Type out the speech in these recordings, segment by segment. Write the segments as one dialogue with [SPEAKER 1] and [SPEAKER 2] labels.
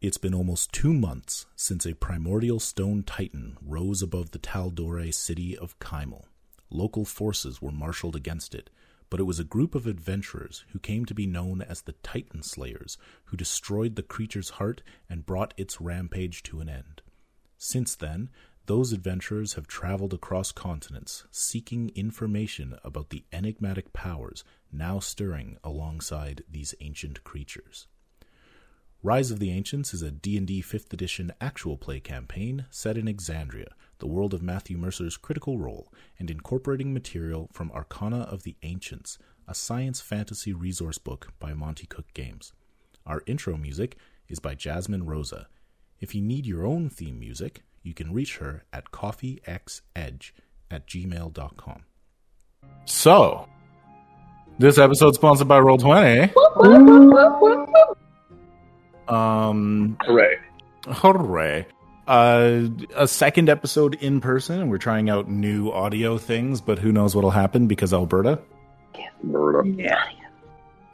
[SPEAKER 1] It's been almost two months since a primordial stone titan rose above the Taldore city of Kymel. Local forces were marshaled against it, but it was a group of adventurers who came to be known as the Titan Slayers who destroyed the creature's heart and brought its rampage to an end. Since then, those adventurers have traveled across continents seeking information about the enigmatic powers now stirring alongside these ancient creatures. Rise of the Ancients is a D&D 5th edition actual play campaign set in Exandria, the world of Matthew Mercer's Critical Role, and incorporating material from Arcana of the Ancients, a science fantasy resource book by Monty Cook Games. Our intro music is by Jasmine Rosa. If you need your own theme music, you can reach her at coffeexedge at gmail.com.
[SPEAKER 2] So, this episode sponsored by Roll Twenty. Um,
[SPEAKER 3] Hooray.
[SPEAKER 2] hooray! Uh, a second episode in person, and we're trying out new audio things. But who knows what'll happen because Alberta.
[SPEAKER 3] Murder.
[SPEAKER 4] Yeah.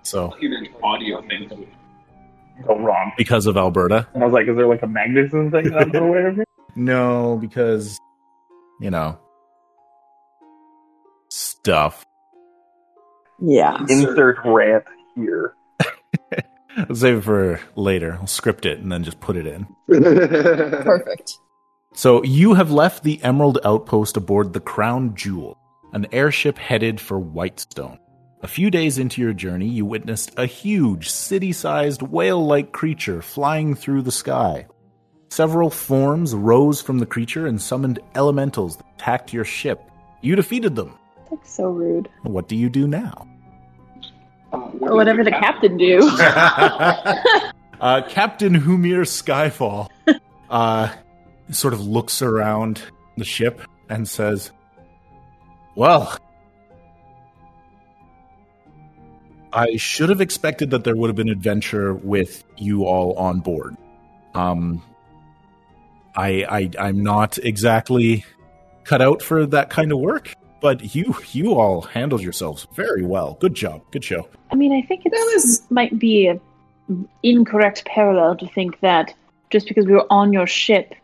[SPEAKER 2] So
[SPEAKER 5] Even audio things.
[SPEAKER 3] Go wrong.
[SPEAKER 2] because of Alberta,
[SPEAKER 3] And I was like, is there like a magnetism thing that I'm not aware of?
[SPEAKER 2] no, because you know stuff.
[SPEAKER 4] Yeah.
[SPEAKER 3] Insert rant here.
[SPEAKER 2] Save it for later. I'll script it and then just put it in.
[SPEAKER 4] Perfect.
[SPEAKER 2] So you have left the Emerald Outpost aboard the Crown Jewel, an airship headed for Whitestone. A few days into your journey, you witnessed a huge, city sized, whale like creature flying through the sky. Several forms rose from the creature and summoned elementals that attacked your ship. You defeated them.
[SPEAKER 4] That's so rude.
[SPEAKER 2] What do you do now?
[SPEAKER 5] Uh,
[SPEAKER 4] Or whatever the captain do.
[SPEAKER 2] Uh, Captain Humir Skyfall uh, sort of looks around the ship and says, Well, I should have expected that there would have been adventure with you all on board. Um, I, I, I'm not exactly cut out for that kind of work, but you, you all handled yourselves very well. Good job. Good show.
[SPEAKER 4] I mean, I think it
[SPEAKER 6] That was-
[SPEAKER 4] might be an incorrect parallel to think that just because we were on your ship,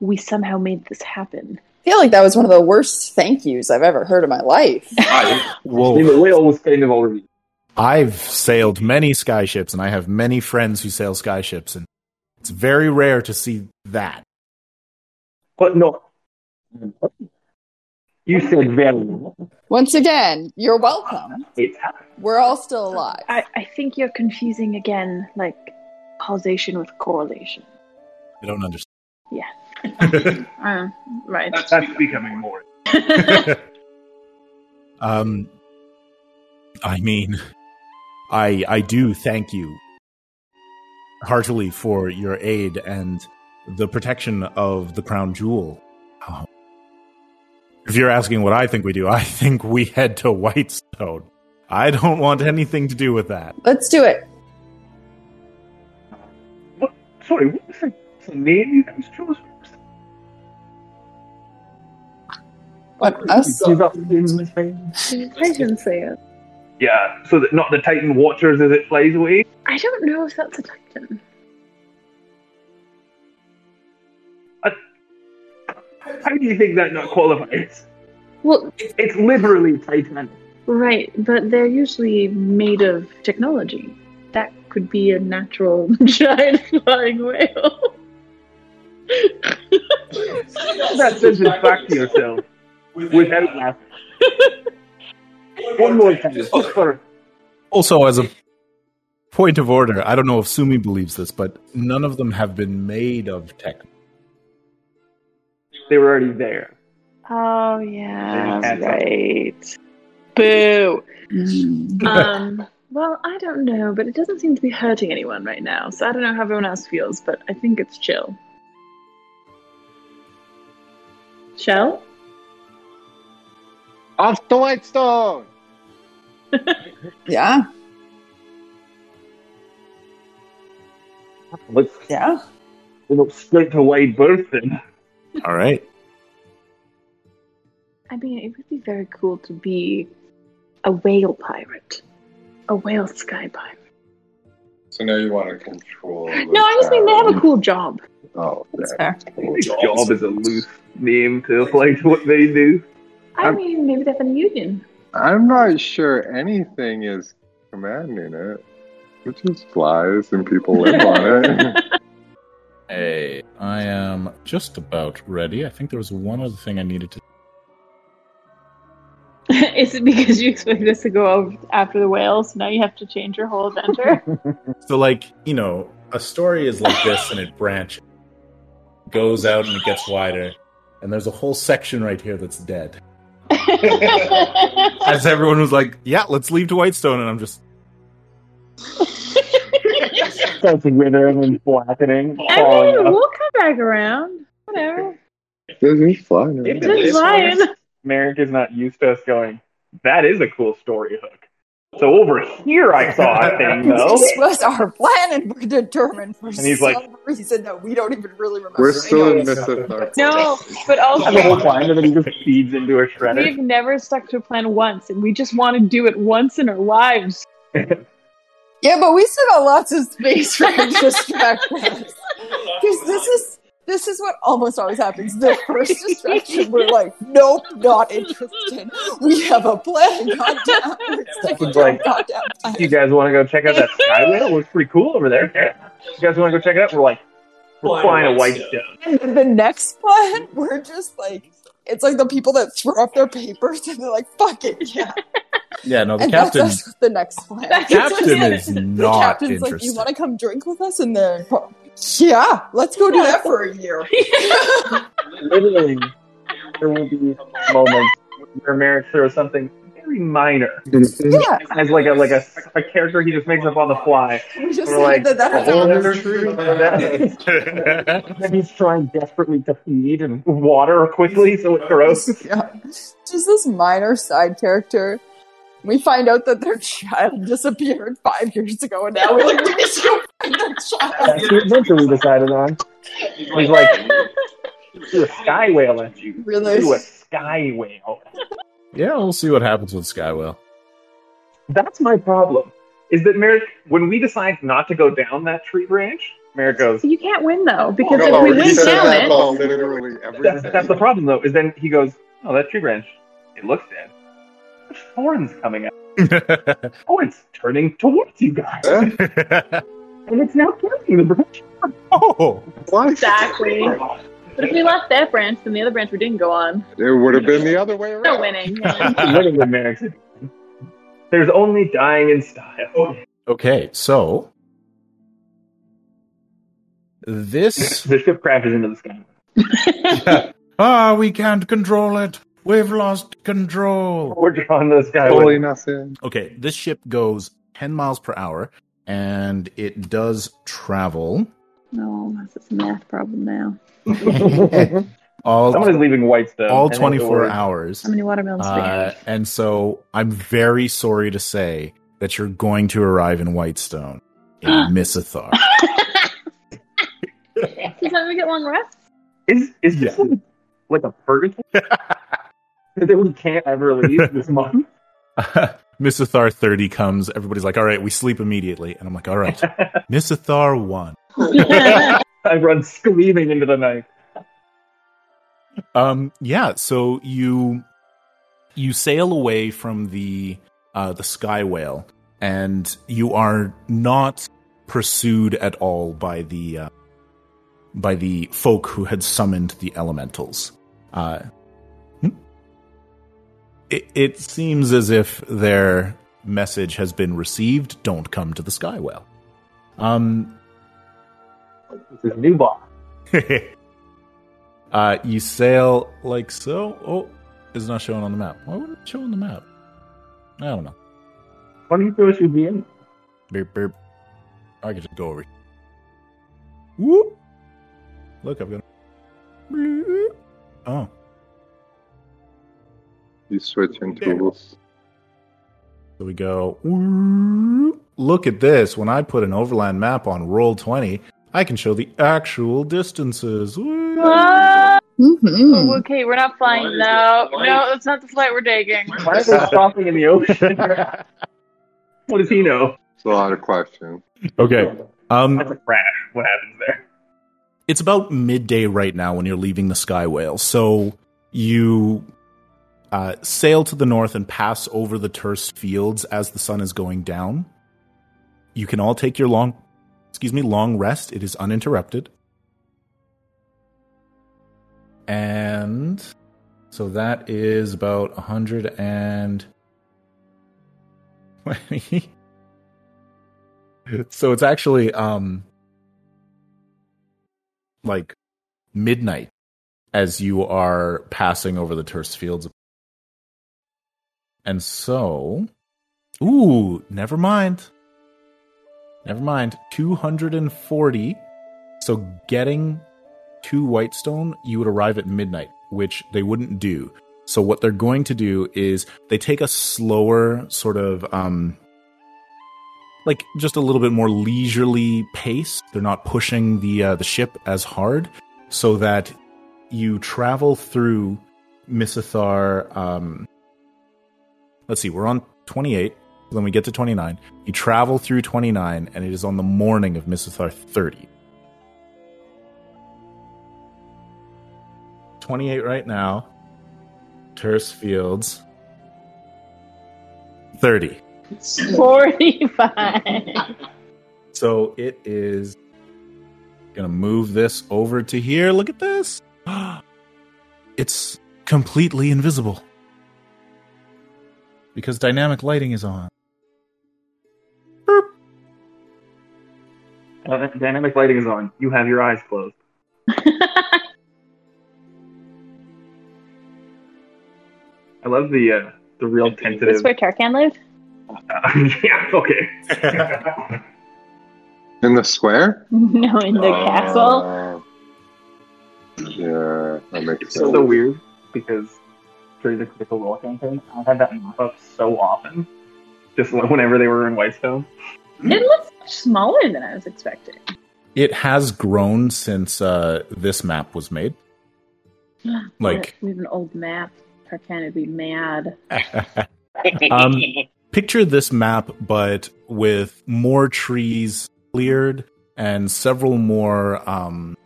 [SPEAKER 4] we somehow made this happen.
[SPEAKER 6] I feel like that was one of the worst thank yous I've ever heard in my life.
[SPEAKER 3] I
[SPEAKER 2] Whoa.
[SPEAKER 3] mean, the whale was kind of already.
[SPEAKER 2] I've sailed many skyships and I have many friends who sail skyships and it's very rare to see that.
[SPEAKER 3] But no. You said very well.
[SPEAKER 6] Once again, you're welcome.
[SPEAKER 3] It's happened.
[SPEAKER 6] We're all still alive.
[SPEAKER 4] I, I think you're confusing again, like causation with correlation.
[SPEAKER 2] I don't understand.
[SPEAKER 4] Uh, right.
[SPEAKER 3] That's becoming more.
[SPEAKER 2] Um I mean I I do thank you heartily for your aid and the protection of the crown jewel. Um, if you're asking what I think we do, I think we head to Whitestone. I don't want anything to do with that.
[SPEAKER 6] Let's do it.
[SPEAKER 3] Sorry, what was the what's the name you guys chose?
[SPEAKER 6] What us?
[SPEAKER 3] You got- Yeah,
[SPEAKER 4] Titan Slayer.
[SPEAKER 3] so that not the Titan Watchers as it flies away.
[SPEAKER 4] I don't know if that's a Titan.
[SPEAKER 3] How do you think that not qualifies?
[SPEAKER 4] Well,
[SPEAKER 3] It's literally Titan.
[SPEAKER 4] right, but they're usually made of technology. That could be a natural giant flying whale.
[SPEAKER 3] That sentence back to yourself without laughing. One more time. just for-
[SPEAKER 2] Also, as a point of order, I don't know if Sumi believes this, but none of them have been made of tech.
[SPEAKER 3] They were already there.
[SPEAKER 4] Oh yeah,
[SPEAKER 3] Yeah.
[SPEAKER 4] right. Boo.
[SPEAKER 6] Mm.
[SPEAKER 4] Um, well, I don't know, but it doesn't seem to be hurting anyone right now. So I don't know how everyone else feels, but I think it's chill. Shell?
[SPEAKER 7] Off to Whitestone!
[SPEAKER 6] Yeah.
[SPEAKER 3] Let's
[SPEAKER 6] Yeah.
[SPEAKER 3] go straight to wide berth then.
[SPEAKER 2] All right.
[SPEAKER 4] I mean, it would be very cool to be a whale pirate, a whale sky pirate.
[SPEAKER 5] So now you want to control. the
[SPEAKER 4] No, I just mean they have a
[SPEAKER 5] town.
[SPEAKER 4] cool job.
[SPEAKER 5] Oh,
[SPEAKER 8] That's
[SPEAKER 5] yeah.
[SPEAKER 8] fair.
[SPEAKER 5] Cool
[SPEAKER 9] Job is a loose name to like what they do.
[SPEAKER 4] I
[SPEAKER 5] I'm-
[SPEAKER 4] mean, maybe they have a union.
[SPEAKER 5] I'm not sure anything is commanding it. It just flies and people live on it.
[SPEAKER 2] Hey, I am just about ready. I think there was one other thing I needed to.
[SPEAKER 4] Is it because you expect us to go over after the whales? Now you have to change your whole adventure.
[SPEAKER 2] So, like, you know, a story is like this, and it branches, goes out, and it gets wider. And there's a whole section right here that's dead. As everyone was like, "Yeah, let's leave to Whitestone," and I'm just,
[SPEAKER 3] Starts withering and blackening.
[SPEAKER 4] I
[SPEAKER 3] falling
[SPEAKER 4] mean,
[SPEAKER 3] up.
[SPEAKER 4] we'll come back around. Whatever.
[SPEAKER 5] They're just flying.
[SPEAKER 3] Maybe
[SPEAKER 5] around.
[SPEAKER 3] this
[SPEAKER 4] Just lying.
[SPEAKER 3] one is- Merrick is not used to us going, that is a cool story hook. So over here I saw a thing, though.
[SPEAKER 6] This was our plan, and we're determined for some
[SPEAKER 3] he's like-
[SPEAKER 6] reason that we don't even really remember.
[SPEAKER 5] We're still in
[SPEAKER 6] Anyways,
[SPEAKER 5] Mythothark.
[SPEAKER 4] No, but
[SPEAKER 3] And the whole
[SPEAKER 4] also,
[SPEAKER 3] plan, and then he just feeds into a
[SPEAKER 4] we've
[SPEAKER 3] shredder.
[SPEAKER 4] never stuck to a plan once, and we just want to do it once in our lives.
[SPEAKER 6] Yeah, but we still got lots of space for just distractions. Because this is this is what almost always happens. The first distraction, we're like, nope, not interested. We have a plan. Goddamn, we're sticking to our
[SPEAKER 3] Like-
[SPEAKER 6] goddamn
[SPEAKER 3] You
[SPEAKER 6] plan.
[SPEAKER 3] guys want to go check out that sky whale? It looks pretty cool over there. You guys want to go check it out? We're like, we're flying a white stone.
[SPEAKER 6] And the next plan, we're just like, it's like the people that throw up their papers and they're like, fuck it, yeah.
[SPEAKER 2] "Yeah, no, the
[SPEAKER 6] and
[SPEAKER 2] captain,
[SPEAKER 6] that's us with the next plan.
[SPEAKER 2] captain is
[SPEAKER 6] The
[SPEAKER 2] not
[SPEAKER 6] captain's
[SPEAKER 2] interested."
[SPEAKER 6] like, you want to come drink with us? And they're, yeah, let's go do that for a year.
[SPEAKER 3] Literally, there will be moments where Merrick throws something very minor
[SPEAKER 6] Yeah.
[SPEAKER 3] as like a like a, a character he just makes up on the fly.
[SPEAKER 6] We just
[SPEAKER 3] We're
[SPEAKER 6] said
[SPEAKER 3] like,
[SPEAKER 6] that that
[SPEAKER 3] a
[SPEAKER 6] happened.
[SPEAKER 3] whole other truth about that. Then he's trying desperately to feed and water quickly so it grows.
[SPEAKER 6] yeah. Just this minor side character. We find out that their child disappeared five years ago, and now we're like, we need to go find their child.
[SPEAKER 3] That's the adventure we decided on. He's like, do a sky whale at you.
[SPEAKER 6] Really?
[SPEAKER 3] Do a sky whale.
[SPEAKER 2] yeah, we'll see what happens with Skywell.
[SPEAKER 3] That's my problem. Is that Merrick, when we decide not to go down that tree branch, Merrick goes,
[SPEAKER 4] You can't win though, because
[SPEAKER 5] No,
[SPEAKER 4] if we
[SPEAKER 5] he
[SPEAKER 4] went
[SPEAKER 5] said
[SPEAKER 4] down
[SPEAKER 5] that
[SPEAKER 4] it,
[SPEAKER 5] about literally
[SPEAKER 3] that's,
[SPEAKER 5] everything.
[SPEAKER 3] that's the problem though, is then he goes, oh, that tree branch, it looks dead. There's thorns coming out. Oh, it's turning towards you guys.
[SPEAKER 5] Huh?
[SPEAKER 3] And it's now killing the branch.
[SPEAKER 2] oh,
[SPEAKER 5] Why?
[SPEAKER 4] exactly. But if we left that branch, then the other branch we didn't go on.
[SPEAKER 5] It would have been the other way
[SPEAKER 4] We're
[SPEAKER 5] around.
[SPEAKER 4] winning.
[SPEAKER 3] Literally, Merrick's There's only dying in style.
[SPEAKER 2] okay, so this
[SPEAKER 3] The ship crashes into the sky.
[SPEAKER 2] ah, we can't control it. We've lost control.
[SPEAKER 3] We're drawn to the sky.
[SPEAKER 5] Totally nothing.
[SPEAKER 2] Okay, this ship goes 10 miles per hour and it does travel.
[SPEAKER 4] No, that's just a math problem now.
[SPEAKER 2] all
[SPEAKER 3] Someone is leaving Whitestone.
[SPEAKER 2] all
[SPEAKER 3] and it's
[SPEAKER 2] 24
[SPEAKER 3] orange.
[SPEAKER 2] hours.
[SPEAKER 4] How many watermelons do we
[SPEAKER 2] Uh,
[SPEAKER 4] have?
[SPEAKER 2] and so I'm very sorry to say that you're going to arrive in Whitestone in Missathar.
[SPEAKER 4] Does that make it long rest?
[SPEAKER 3] Is is this like, like a purgatory that we can't ever leave this month?
[SPEAKER 2] Missathar 30 comes. Everybody's like, all right, we sleep immediately. And I'm like, all right, Missathar 1.
[SPEAKER 3] I run screaming into the night.
[SPEAKER 2] Um, yeah, so you you sail away from the uh, the sky whale, and you are not pursued at all by the uh, by the folk who had summoned the elementals. Uh, hmm? it, it seems as if their message has been received. Don't come to the sky whale. Um,
[SPEAKER 3] This is new boss.
[SPEAKER 2] uh, you sail like so. Oh, it's not showing on the map. Why would it show on the map? I don't know.
[SPEAKER 3] Why do you throw should be in?
[SPEAKER 2] Beep, beep. I could just go over. Whoop. Look, I've got. Bloop. Oh,
[SPEAKER 5] He's switching tools.
[SPEAKER 2] so we go. whoop. Look at this. When I put an overland map on roll twenty, I can show the actual distances. Whoop.
[SPEAKER 4] Oh,
[SPEAKER 6] Mm-hmm.
[SPEAKER 4] okay, we're not flying. No, no, that's not the flight we're taking.
[SPEAKER 3] Why are they stopping in the ocean? what does he know?
[SPEAKER 5] It's a lot of questions.
[SPEAKER 2] Okay. Um,
[SPEAKER 3] That's a crash. What happens there?
[SPEAKER 2] it's about midday right now when you're leaving the sky whale so you uh, sail to the north and pass over the terse fields as the sun is going down you can all take your long excuse me long rest it is uninterrupted and so that is about 100 and so it's actually um like midnight as you are passing over the terse fields. And so, ooh, never mind. Never mind. 240. So getting to Whitestone, you would arrive at midnight, which they wouldn't do. So what they're going to do is they take a slower sort of um like just a little bit more leisurely pace. They're not pushing the uh, the ship as hard, so that you travel through Misithar. Um, let's see, we're on twenty eight. Then we get to twenty nine. You travel through twenty nine, and it is on the morning of Misithar thirty. Twenty eight right now. Terse Fields. Thirty.
[SPEAKER 4] 45.
[SPEAKER 2] So it is gonna move this over to here. Look at this. It's completely invisible. Because dynamic lighting is on. Boop.
[SPEAKER 3] Uh, dynamic lighting is on. You have your eyes closed. I love the uh, the real
[SPEAKER 4] That's
[SPEAKER 3] tentative.
[SPEAKER 4] where Tarkan lives?
[SPEAKER 3] Uh, yeah. Okay.
[SPEAKER 5] In the square?
[SPEAKER 4] No, in the
[SPEAKER 5] Uh,
[SPEAKER 4] castle.
[SPEAKER 5] Yeah, that makes
[SPEAKER 3] It's
[SPEAKER 5] sense.
[SPEAKER 3] so weird because during the critical role campaign, I had that mop up so often. Just whenever they were in Whitestone.
[SPEAKER 4] It looks much smaller than I was expecting.
[SPEAKER 2] It has grown since uh, this map was made. Like-
[SPEAKER 4] we have an old map. Tarkan would be mad.
[SPEAKER 2] Um, picture this map, but with more trees cleared and several more um,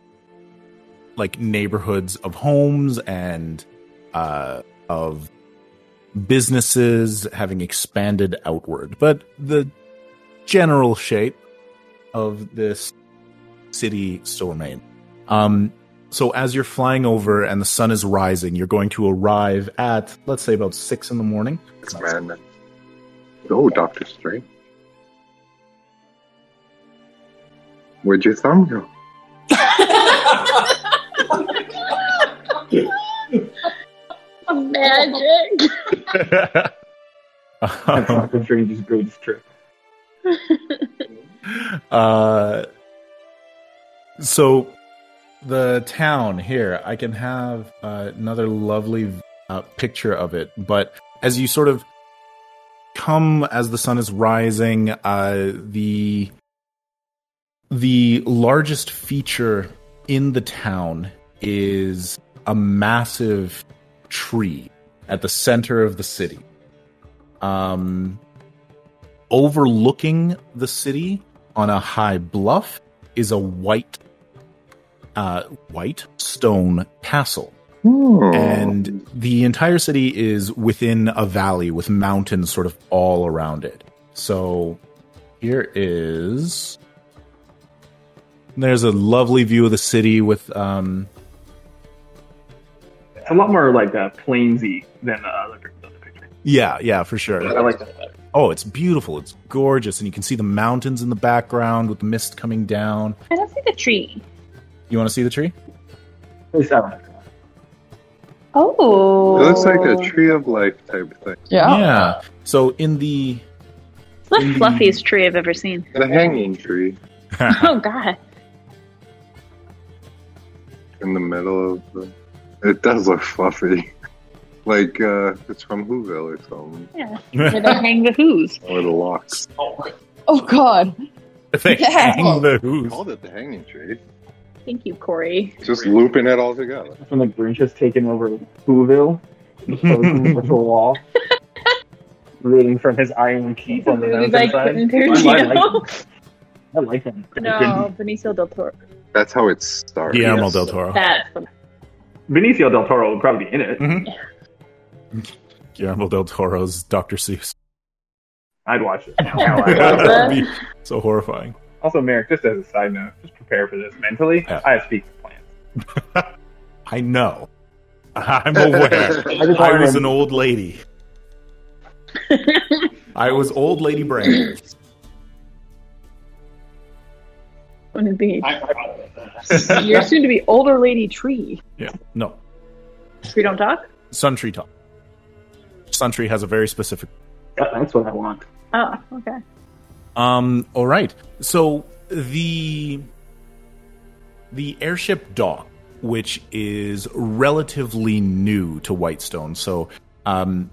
[SPEAKER 2] like neighborhoods of homes and uh, of businesses having expanded outward. But the general shape of this city still remains. Um, so as you're flying over and the sun is rising, you're going to arrive at let's say about six in the morning.
[SPEAKER 5] It's madness. Go, Oh, Doctor Strange. Where'd your thumb go?
[SPEAKER 4] Magic!
[SPEAKER 3] That's Doctor Strange's greatest trick.
[SPEAKER 2] Uh, so the town here, I can have uh, another lovely uh, picture of it. But as you sort of come, as the sun is rising, uh, the the largest feature in the town is a massive tree at the center of the city. Um, overlooking the city on a high bluff is a white uh, white stone castle
[SPEAKER 5] Hmm.
[SPEAKER 2] and the entire city is within a valley with mountains sort of all around it so here is there's a lovely view of the city with um
[SPEAKER 3] It's a lot more like uh, plainsy than the other the other picture.
[SPEAKER 2] yeah yeah for
[SPEAKER 3] I
[SPEAKER 2] sure
[SPEAKER 3] like that. better.
[SPEAKER 2] oh it's beautiful it's gorgeous and you can see the mountains in the background with the mist coming down
[SPEAKER 4] I don't see the tree.
[SPEAKER 2] you want to see the tree
[SPEAKER 3] At least I don't like that.
[SPEAKER 5] It
[SPEAKER 4] Oh.
[SPEAKER 5] looks like a tree of life type thing.
[SPEAKER 6] Yeah.
[SPEAKER 2] yeah so in the
[SPEAKER 4] It's the fluffiest tree I've ever seen.
[SPEAKER 5] The hanging tree
[SPEAKER 4] Oh, God.
[SPEAKER 5] in the middle of the. It does look fluffy. Like, uh, it's from Whoville or something.
[SPEAKER 4] Yeah. Where they hang the who's.
[SPEAKER 5] Or the locks.
[SPEAKER 6] Oh God.
[SPEAKER 2] They
[SPEAKER 6] Yeah.
[SPEAKER 2] hang the hooves.
[SPEAKER 5] Called it the hanging tree.
[SPEAKER 4] Thank you, Corey.
[SPEAKER 5] Just looping it all together.
[SPEAKER 3] That's when the Grinch has taken over Whoville, and closed it with the wall. protruding from his iron keep on the
[SPEAKER 4] Maybe
[SPEAKER 3] mountain
[SPEAKER 4] by
[SPEAKER 3] side.
[SPEAKER 4] Quentin Tarantino.
[SPEAKER 3] I like that.
[SPEAKER 4] No, Benicio del Toro.
[SPEAKER 5] That's how it starts.
[SPEAKER 2] Guillermo del Toro.
[SPEAKER 4] That's
[SPEAKER 3] Benicio del Toro would probably be in it.
[SPEAKER 2] Guillermo del Toro's Dr. Seuss.
[SPEAKER 3] I'd watch it.
[SPEAKER 2] that would be so horrifying.
[SPEAKER 3] also, Merrick, just as a side note, just prepare for this mentally.
[SPEAKER 2] Yeah.
[SPEAKER 3] I speak to plants.
[SPEAKER 2] I know. I'm aware.
[SPEAKER 3] I just
[SPEAKER 2] I
[SPEAKER 3] wanna
[SPEAKER 2] was an
[SPEAKER 3] rem-
[SPEAKER 2] old lady. I was old lady brain.
[SPEAKER 4] one of the
[SPEAKER 8] I forgot about that.
[SPEAKER 4] your soon to be older lady tree.
[SPEAKER 2] Yeah. No.
[SPEAKER 4] We don't talk?
[SPEAKER 2] Suntree talk. Suntree has a very specific
[SPEAKER 3] Yeah, that's what I want.
[SPEAKER 4] Oh, okay.
[SPEAKER 2] Um. All right. So the the airship dock, which is relatively new to Whitestone, so um,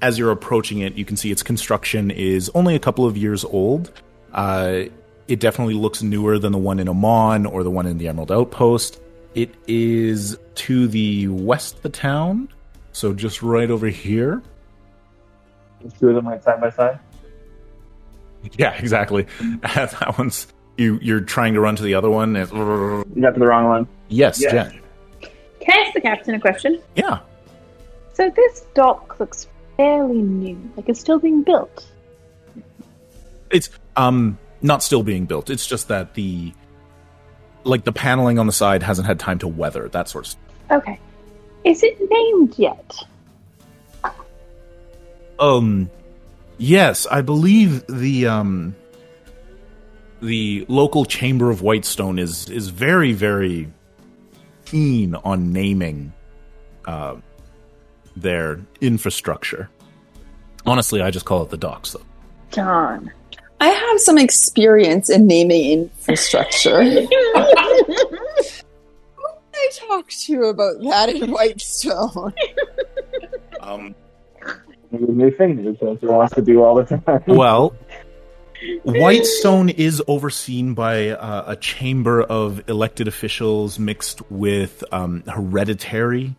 [SPEAKER 2] as you're approaching it, you can see its construction is only a couple of years old. Uh, it definitely looks newer than the one in Amman or the one in the Emerald Outpost. It is to the west of the town, so just right over here.
[SPEAKER 3] Those two of them right side by side.
[SPEAKER 2] Yeah, exactly. that one's you. You're trying to run to the other one. It's,
[SPEAKER 3] You got to the wrong one.
[SPEAKER 2] yes,
[SPEAKER 3] Yeah.
[SPEAKER 2] Jen.
[SPEAKER 4] Can I ask the captain a question?
[SPEAKER 2] Yeah,
[SPEAKER 4] So this dock looks fairly new, like it's still being built.
[SPEAKER 2] it's um not still being built. It's just that the like the paneling on the side hasn't had time to weather that sort of. Stuff.
[SPEAKER 4] Okay. Is it named yet?
[SPEAKER 2] Um, yes, I believe the um the local chamber of Whitestone is is very very keen on naming uh, their infrastructure. Honestly, I just call it the docks, though.
[SPEAKER 4] Darn.
[SPEAKER 6] I have some experience in naming infrastructure. Who did I talk to about that in Whitestone?
[SPEAKER 2] Um,
[SPEAKER 3] Maybe a new thing that Spencer wants to do all the time.
[SPEAKER 2] well, Whitestone is overseen by uh, a chamber of elected officials mixed with um, hereditary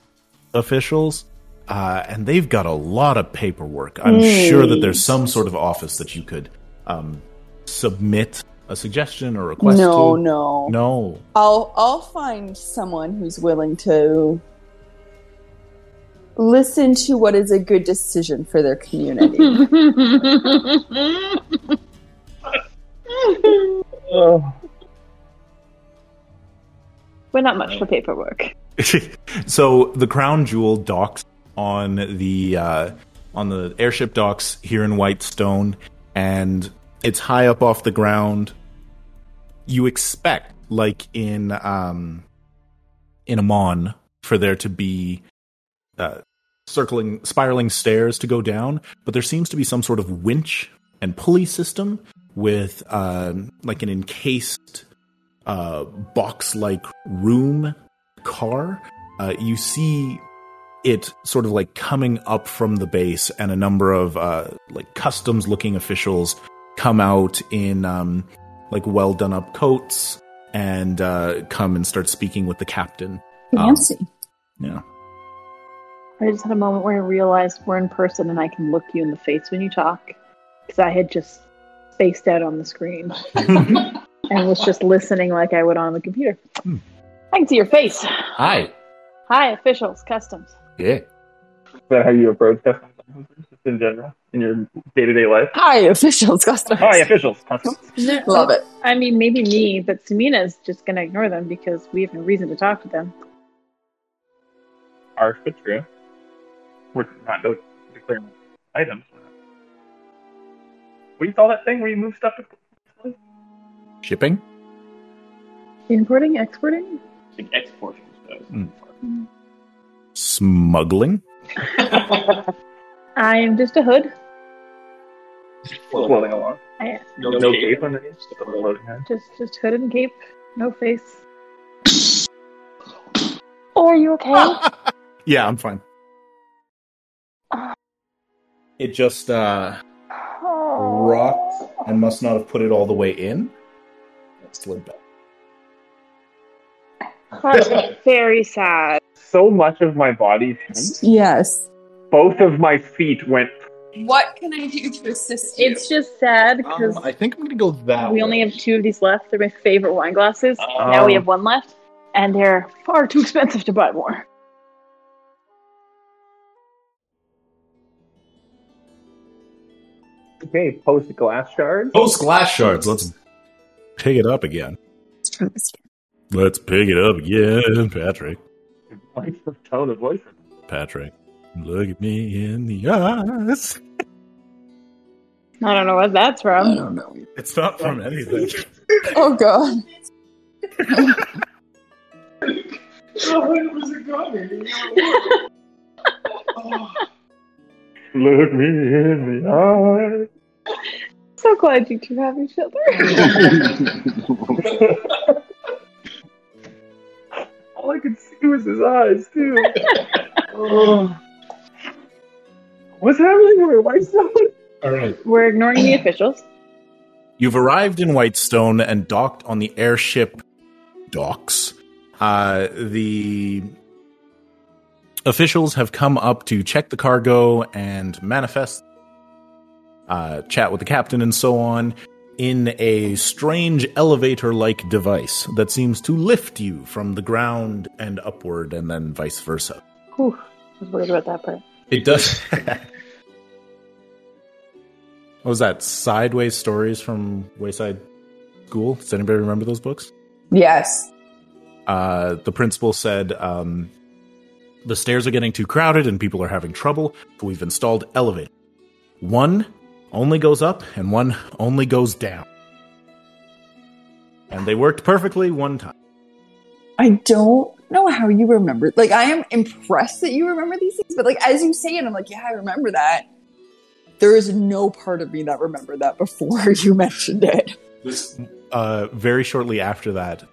[SPEAKER 2] officials, uh, and they've got a lot of paperwork. I'm sure that there's some sort of office that you could um, submit a suggestion or request
[SPEAKER 6] no,
[SPEAKER 2] to.
[SPEAKER 6] no,
[SPEAKER 2] No.
[SPEAKER 6] I'll I'll find someone who's willing to listen to what is a good decision for their community.
[SPEAKER 3] Oh.
[SPEAKER 4] We're not much for paperwork.
[SPEAKER 2] so the crown jewel docks on the uh, on the airship docks here in Whitestone, and it's high up off the ground. You expect, like in um, in Amon, for there to be uh, circling, spiraling stairs to go down, but there seems to be some sort of winch and pulley system with um, like an encased uh, box-like room car, uh, you see it sort of like coming up from the base, and a number of uh, like customs looking officials come out in um, like well done up coats and uh, come and start speaking with the captain.
[SPEAKER 6] Fancy.
[SPEAKER 2] Yeah.
[SPEAKER 4] I just had a moment where I realized we're in person and I can look you in the face when you talk. Because I had just spaced out on the screen and was just listening like I would on the computer.
[SPEAKER 2] Hmm.
[SPEAKER 4] I can see your face.
[SPEAKER 2] Hi.
[SPEAKER 4] Hi, officials, customs.
[SPEAKER 2] Yeah.
[SPEAKER 3] Is that how you approach customs officers, just in general, in your day to day life?
[SPEAKER 6] Hi, officials, customers.
[SPEAKER 3] Hi, officials. Customs.
[SPEAKER 6] Love it.
[SPEAKER 4] I mean, maybe me, but Samina's just going to ignore them because we have no reason to talk to them.
[SPEAKER 3] Harsh but true. We're not no- declaring items. What do you call that thing where you move stuff? To-
[SPEAKER 2] Shipping?
[SPEAKER 4] Importing, exporting?
[SPEAKER 8] Like exporting stuff.
[SPEAKER 2] Mm. Smuggling?
[SPEAKER 4] I am just a hood.
[SPEAKER 3] Floating along.
[SPEAKER 4] I
[SPEAKER 8] No,
[SPEAKER 3] No
[SPEAKER 8] cape.
[SPEAKER 3] cape underneath. Just a floating head.
[SPEAKER 4] just just hood and cape, no face. Oh, are you okay?
[SPEAKER 2] Yeah, I'm fine. It just uh, rocked and must not have put it all the way in. It slid back.
[SPEAKER 4] That's very sad.
[SPEAKER 3] So much of my body,
[SPEAKER 6] Yes.
[SPEAKER 3] both of my feet went
[SPEAKER 10] What can I do to assist you?
[SPEAKER 4] It's just sad because
[SPEAKER 2] Um, I think I'm going to go that
[SPEAKER 4] we
[SPEAKER 2] way.
[SPEAKER 4] only have two of these left. They're my favorite wine glasses.
[SPEAKER 3] Oh.
[SPEAKER 4] now we have one left, and they're far too expensive to buy more.
[SPEAKER 3] Okay, post glass shards.
[SPEAKER 2] Post glass shards. Let's pick it up again. Let's pick it up again, Patrick.
[SPEAKER 3] Like the tone of voice.
[SPEAKER 2] Patrick, look at me in the eyes.
[SPEAKER 4] I don't know what that's
[SPEAKER 6] I
[SPEAKER 4] from.
[SPEAKER 6] don't know.
[SPEAKER 2] It's not from anything.
[SPEAKER 6] Oh god.
[SPEAKER 3] Look me in the eye.
[SPEAKER 4] So glad you two have each other.
[SPEAKER 3] All I could see was his eyes, too. Oh. What's happening to my white stone?
[SPEAKER 2] All right.
[SPEAKER 4] We're ignoring the officials.
[SPEAKER 2] You've arrived in Whitestone and docked on the airship docks. Uh, the officials have come up to check the cargo and manifest, uh, chat with the captain, and so on in a strange elevator like device that seems to lift you from the ground and upward, and then vice versa.
[SPEAKER 4] Whew, I was worried about that part.
[SPEAKER 2] It does. what was that? Sideways Stories from Wayside School? Does anybody remember those books?
[SPEAKER 6] Yes.
[SPEAKER 2] Uh, the principal said um, the stairs are getting too crowded and people are having trouble, so we've installed elevators. One only goes up and one only goes down. And they worked perfectly one time.
[SPEAKER 6] I don't know how you remember. Like, I am impressed that you remember these things, but like as you say it, I'm like, yeah, I remember that. There is no part of me that remembered that before you mentioned it.
[SPEAKER 2] uh, very shortly after that,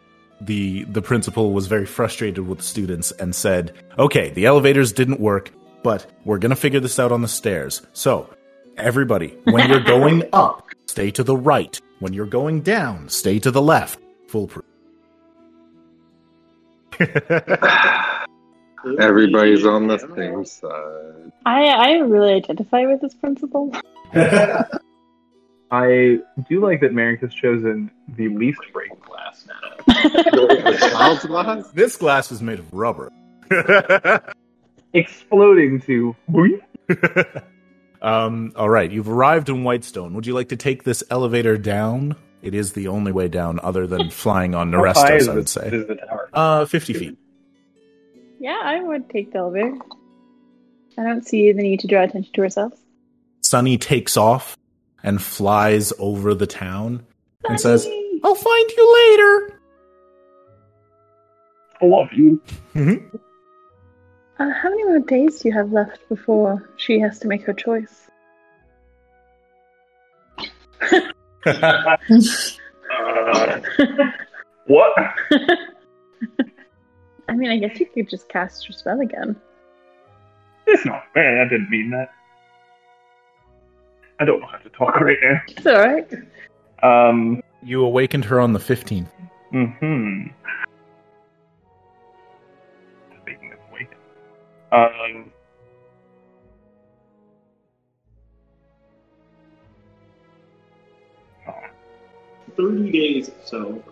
[SPEAKER 2] the the principal was very frustrated with the students and said, "Okay, the elevators didn't work, but we're gonna figure this out on the stairs. So, everybody, when you're going up, stay to the right. When you're going down, stay to the left. Foolproof."
[SPEAKER 5] Everybody's on the same side.
[SPEAKER 4] I I really identify with this principle.
[SPEAKER 3] I do like that Merrick has chosen the least break.
[SPEAKER 8] glass now.
[SPEAKER 5] Child's glass?
[SPEAKER 2] this glass is made of rubber.
[SPEAKER 3] Exploding to.
[SPEAKER 2] um, all right, you've arrived in Whitestone. Would you like to take this elevator down? It is the only way down, other than flying on
[SPEAKER 3] How high
[SPEAKER 2] Narestos,
[SPEAKER 3] is
[SPEAKER 2] I would
[SPEAKER 3] this-
[SPEAKER 2] say.
[SPEAKER 3] is the tower?
[SPEAKER 2] Uh, 50 feet.
[SPEAKER 4] Yeah, I would take the elevator. I don't see the need to draw attention to ourselves.
[SPEAKER 2] Sunny takes off and flies over the town and says,
[SPEAKER 4] Sunny!
[SPEAKER 2] I'll find you later.
[SPEAKER 3] I love you.
[SPEAKER 4] Uh, how many more days do you have left before she has to make her choice?
[SPEAKER 3] Uh, what?
[SPEAKER 4] I mean, I guess you could just cast your spell again.
[SPEAKER 3] It's not fair. I didn't mean that. I don't know how to talk right now.
[SPEAKER 4] It's alright.
[SPEAKER 3] Um.
[SPEAKER 2] You awakened her on the 15th.
[SPEAKER 3] Hmm. Speaking of weight, um,
[SPEAKER 8] Thirty days. So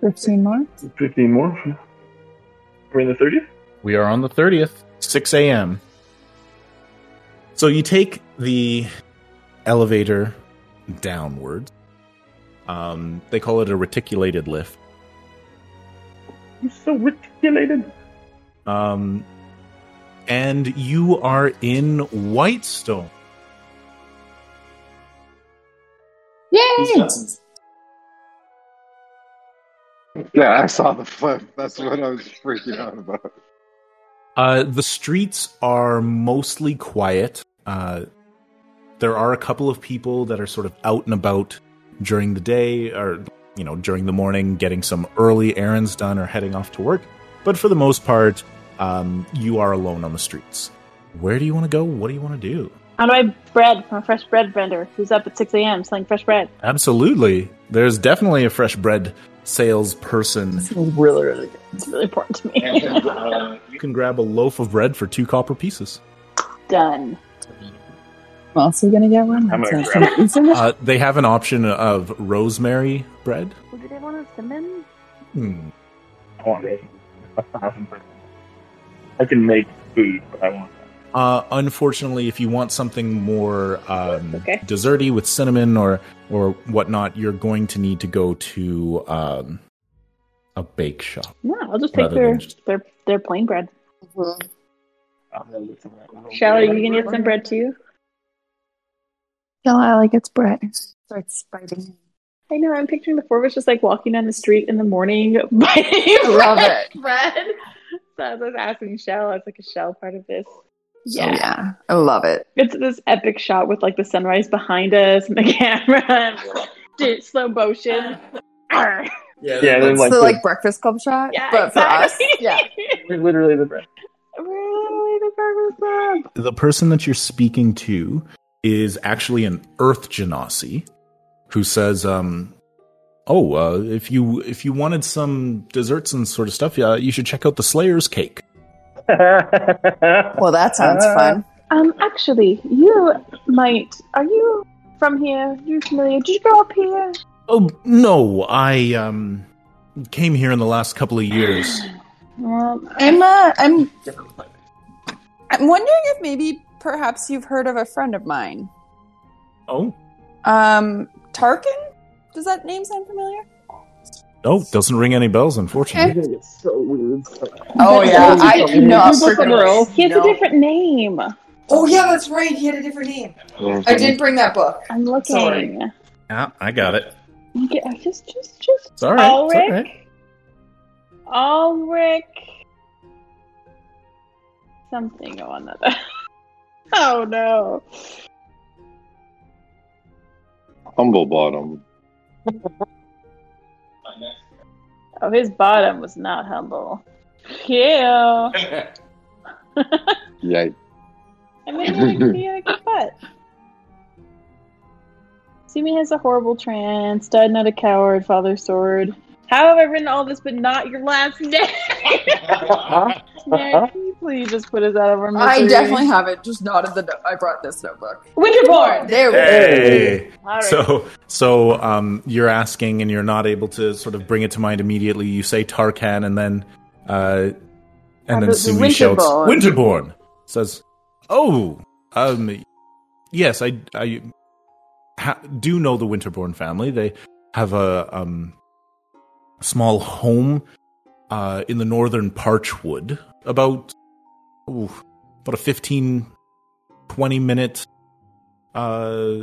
[SPEAKER 6] 15 more?
[SPEAKER 3] fifteen more. We're in the thirtieth.
[SPEAKER 2] We are on the 30th, 6 a.m. So you take the elevator downward. Um, they call it a reticulated lift.
[SPEAKER 3] I'm so reticulated.
[SPEAKER 2] Um, and you are in Whitestone.
[SPEAKER 6] Yay!
[SPEAKER 5] Yeah, I saw the flip. That's what I was freaking out about.
[SPEAKER 2] Uh, the streets are mostly quiet. Uh, there are a couple of people that are sort of out and about during the day or, you know, during the morning, getting some early errands done or heading off to work. But for the most part, um, you are alone on the streets. Where do you want to go? What do you want to do?
[SPEAKER 4] How do I bread from a fresh bread vendor who's up at 6 a.m. selling fresh bread?
[SPEAKER 2] Absolutely. There's definitely a fresh bread salesperson.
[SPEAKER 6] This is really, really good.
[SPEAKER 4] It's really important to me.
[SPEAKER 8] uh,
[SPEAKER 2] You can grab a loaf of bread for two copper pieces.
[SPEAKER 4] Done.
[SPEAKER 6] I'm also gonna get one.
[SPEAKER 3] I'm
[SPEAKER 6] That
[SPEAKER 3] gonna
[SPEAKER 6] sounds
[SPEAKER 3] grab
[SPEAKER 6] so easy.
[SPEAKER 2] Uh, they have an option of rosemary bread.
[SPEAKER 4] What do they want us to min?
[SPEAKER 2] Hmm.
[SPEAKER 3] I want it. A thousand percent. I can make food, but I want that.
[SPEAKER 2] Uh, unfortunately, if you want something more um,
[SPEAKER 4] Okay.
[SPEAKER 2] desserty with cinnamon or or whatnot, you're going to need to go to um, a bake shop.
[SPEAKER 4] No, I'll just take
[SPEAKER 2] Rather
[SPEAKER 4] their,
[SPEAKER 2] than just-
[SPEAKER 4] their their plain bread.
[SPEAKER 6] Mhm.
[SPEAKER 3] I'm gonna look for that. little
[SPEAKER 4] Shall
[SPEAKER 3] bread.
[SPEAKER 4] you can get some bread too?
[SPEAKER 6] Tell Alec it's Brett. Starts biting.
[SPEAKER 4] I know. I'm picturing the four of us just like walking down the street in the morning, biting
[SPEAKER 6] I love it.
[SPEAKER 4] bread. So I was asking Shell. I was like, "Is Shell part of this?"
[SPEAKER 6] Yeah. Oh, yeah, I love it.
[SPEAKER 4] It's this epic shot with like the sunrise behind us and the camera, and we're like, did slow motion. Arr.
[SPEAKER 3] Yeah, they're
[SPEAKER 6] It's
[SPEAKER 3] like,
[SPEAKER 6] the
[SPEAKER 3] like
[SPEAKER 6] like breakfast club shot,
[SPEAKER 4] Yeah,
[SPEAKER 6] but
[SPEAKER 4] exactly.
[SPEAKER 6] for us, yeah.
[SPEAKER 3] we're literally the bread.
[SPEAKER 4] Really, the breakfast club.
[SPEAKER 2] The person that you're speaking to is actually an Earth Genasi, who says, um, "Oh, uh, if you if you wanted some desserts and sort of stuff, uh, you should check out the Slayer's cake."
[SPEAKER 6] Well, that sounds
[SPEAKER 3] Uh,
[SPEAKER 6] fun.
[SPEAKER 4] Um, actually, you might. Are you from here? You familiar? Did you grow up here?
[SPEAKER 2] Oh no, I um, came here in the last couple of years.
[SPEAKER 4] Um,
[SPEAKER 6] I'm uh, I'm I'm wondering if maybe perhaps you've heard of a friend of mine.
[SPEAKER 2] oh.
[SPEAKER 6] Um Tarkin? Does that name sound familiar?
[SPEAKER 2] No, doesn't ring any bells, unfortunately.
[SPEAKER 6] Okay.
[SPEAKER 3] It's so weird.
[SPEAKER 6] Oh yeah, I do not
[SPEAKER 3] girl.
[SPEAKER 4] he has a different name.
[SPEAKER 6] Oh yeah, that's right. He had a different name. I did bring that book.
[SPEAKER 4] I'm looking.
[SPEAKER 6] Sorry.
[SPEAKER 2] Ah, I got it.
[SPEAKER 4] Okay, I just, just, just.
[SPEAKER 2] It's all right. It's all
[SPEAKER 4] Ulrich?
[SPEAKER 2] right.
[SPEAKER 4] Ulrich. Something or another. oh no.
[SPEAKER 5] Humble bottom.
[SPEAKER 4] Oh, his bottom was not humble. Ew.
[SPEAKER 5] Yikes.
[SPEAKER 4] I mean, like, he had a good butt. Sumi has a horrible trance. Dud, not a coward. Father, sword. How have I written all this but not your last name? Mary, can you please just put us out of our misery?
[SPEAKER 6] I definitely have it, just not in the. No- I brought this notebook.
[SPEAKER 4] Winterborn!
[SPEAKER 6] There we
[SPEAKER 2] Hey.
[SPEAKER 4] All right.
[SPEAKER 2] So, so um, you're asking, and you're not able to sort of bring it to mind immediately. You say Tarkan, and then, uh, and
[SPEAKER 4] the-
[SPEAKER 2] then
[SPEAKER 4] the
[SPEAKER 2] Sumi shouts,
[SPEAKER 4] Winterborn.
[SPEAKER 2] "Winterborn!" Says, "Oh, um, yes, I, I ha- do know the Winterborn family. They have a um, small home uh, in the northern Parchwood, about ooh, about a 15, 20 minute uh,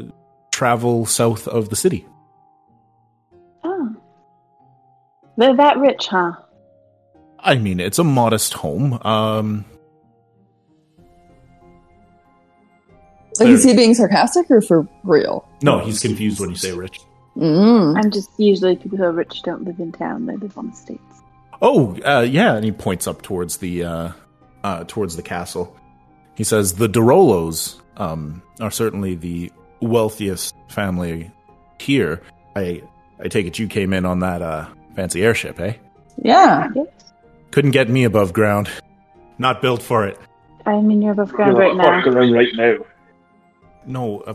[SPEAKER 2] travel south of the city.
[SPEAKER 4] Oh. They're that rich, huh?
[SPEAKER 2] I mean, it's a modest home. Um,
[SPEAKER 6] Like, is he being sarcastic or for real?
[SPEAKER 2] no, he's confused when you say rich.
[SPEAKER 6] Mm.
[SPEAKER 4] I'm just usually people who are rich don't live in town, they live on the states.
[SPEAKER 2] Oh, uh, yeah, and he points up towards the uh, uh, towards the castle. He says the Dorolos um, are certainly the wealthiest family here. I I take it you came in on that uh, fancy airship, eh?
[SPEAKER 6] Yeah.
[SPEAKER 4] Yes.
[SPEAKER 2] Couldn't get me above ground. Not built for it.
[SPEAKER 4] I'm in your above ground
[SPEAKER 3] You're
[SPEAKER 4] right
[SPEAKER 3] above
[SPEAKER 4] now.
[SPEAKER 3] ground right now.
[SPEAKER 2] No, uh,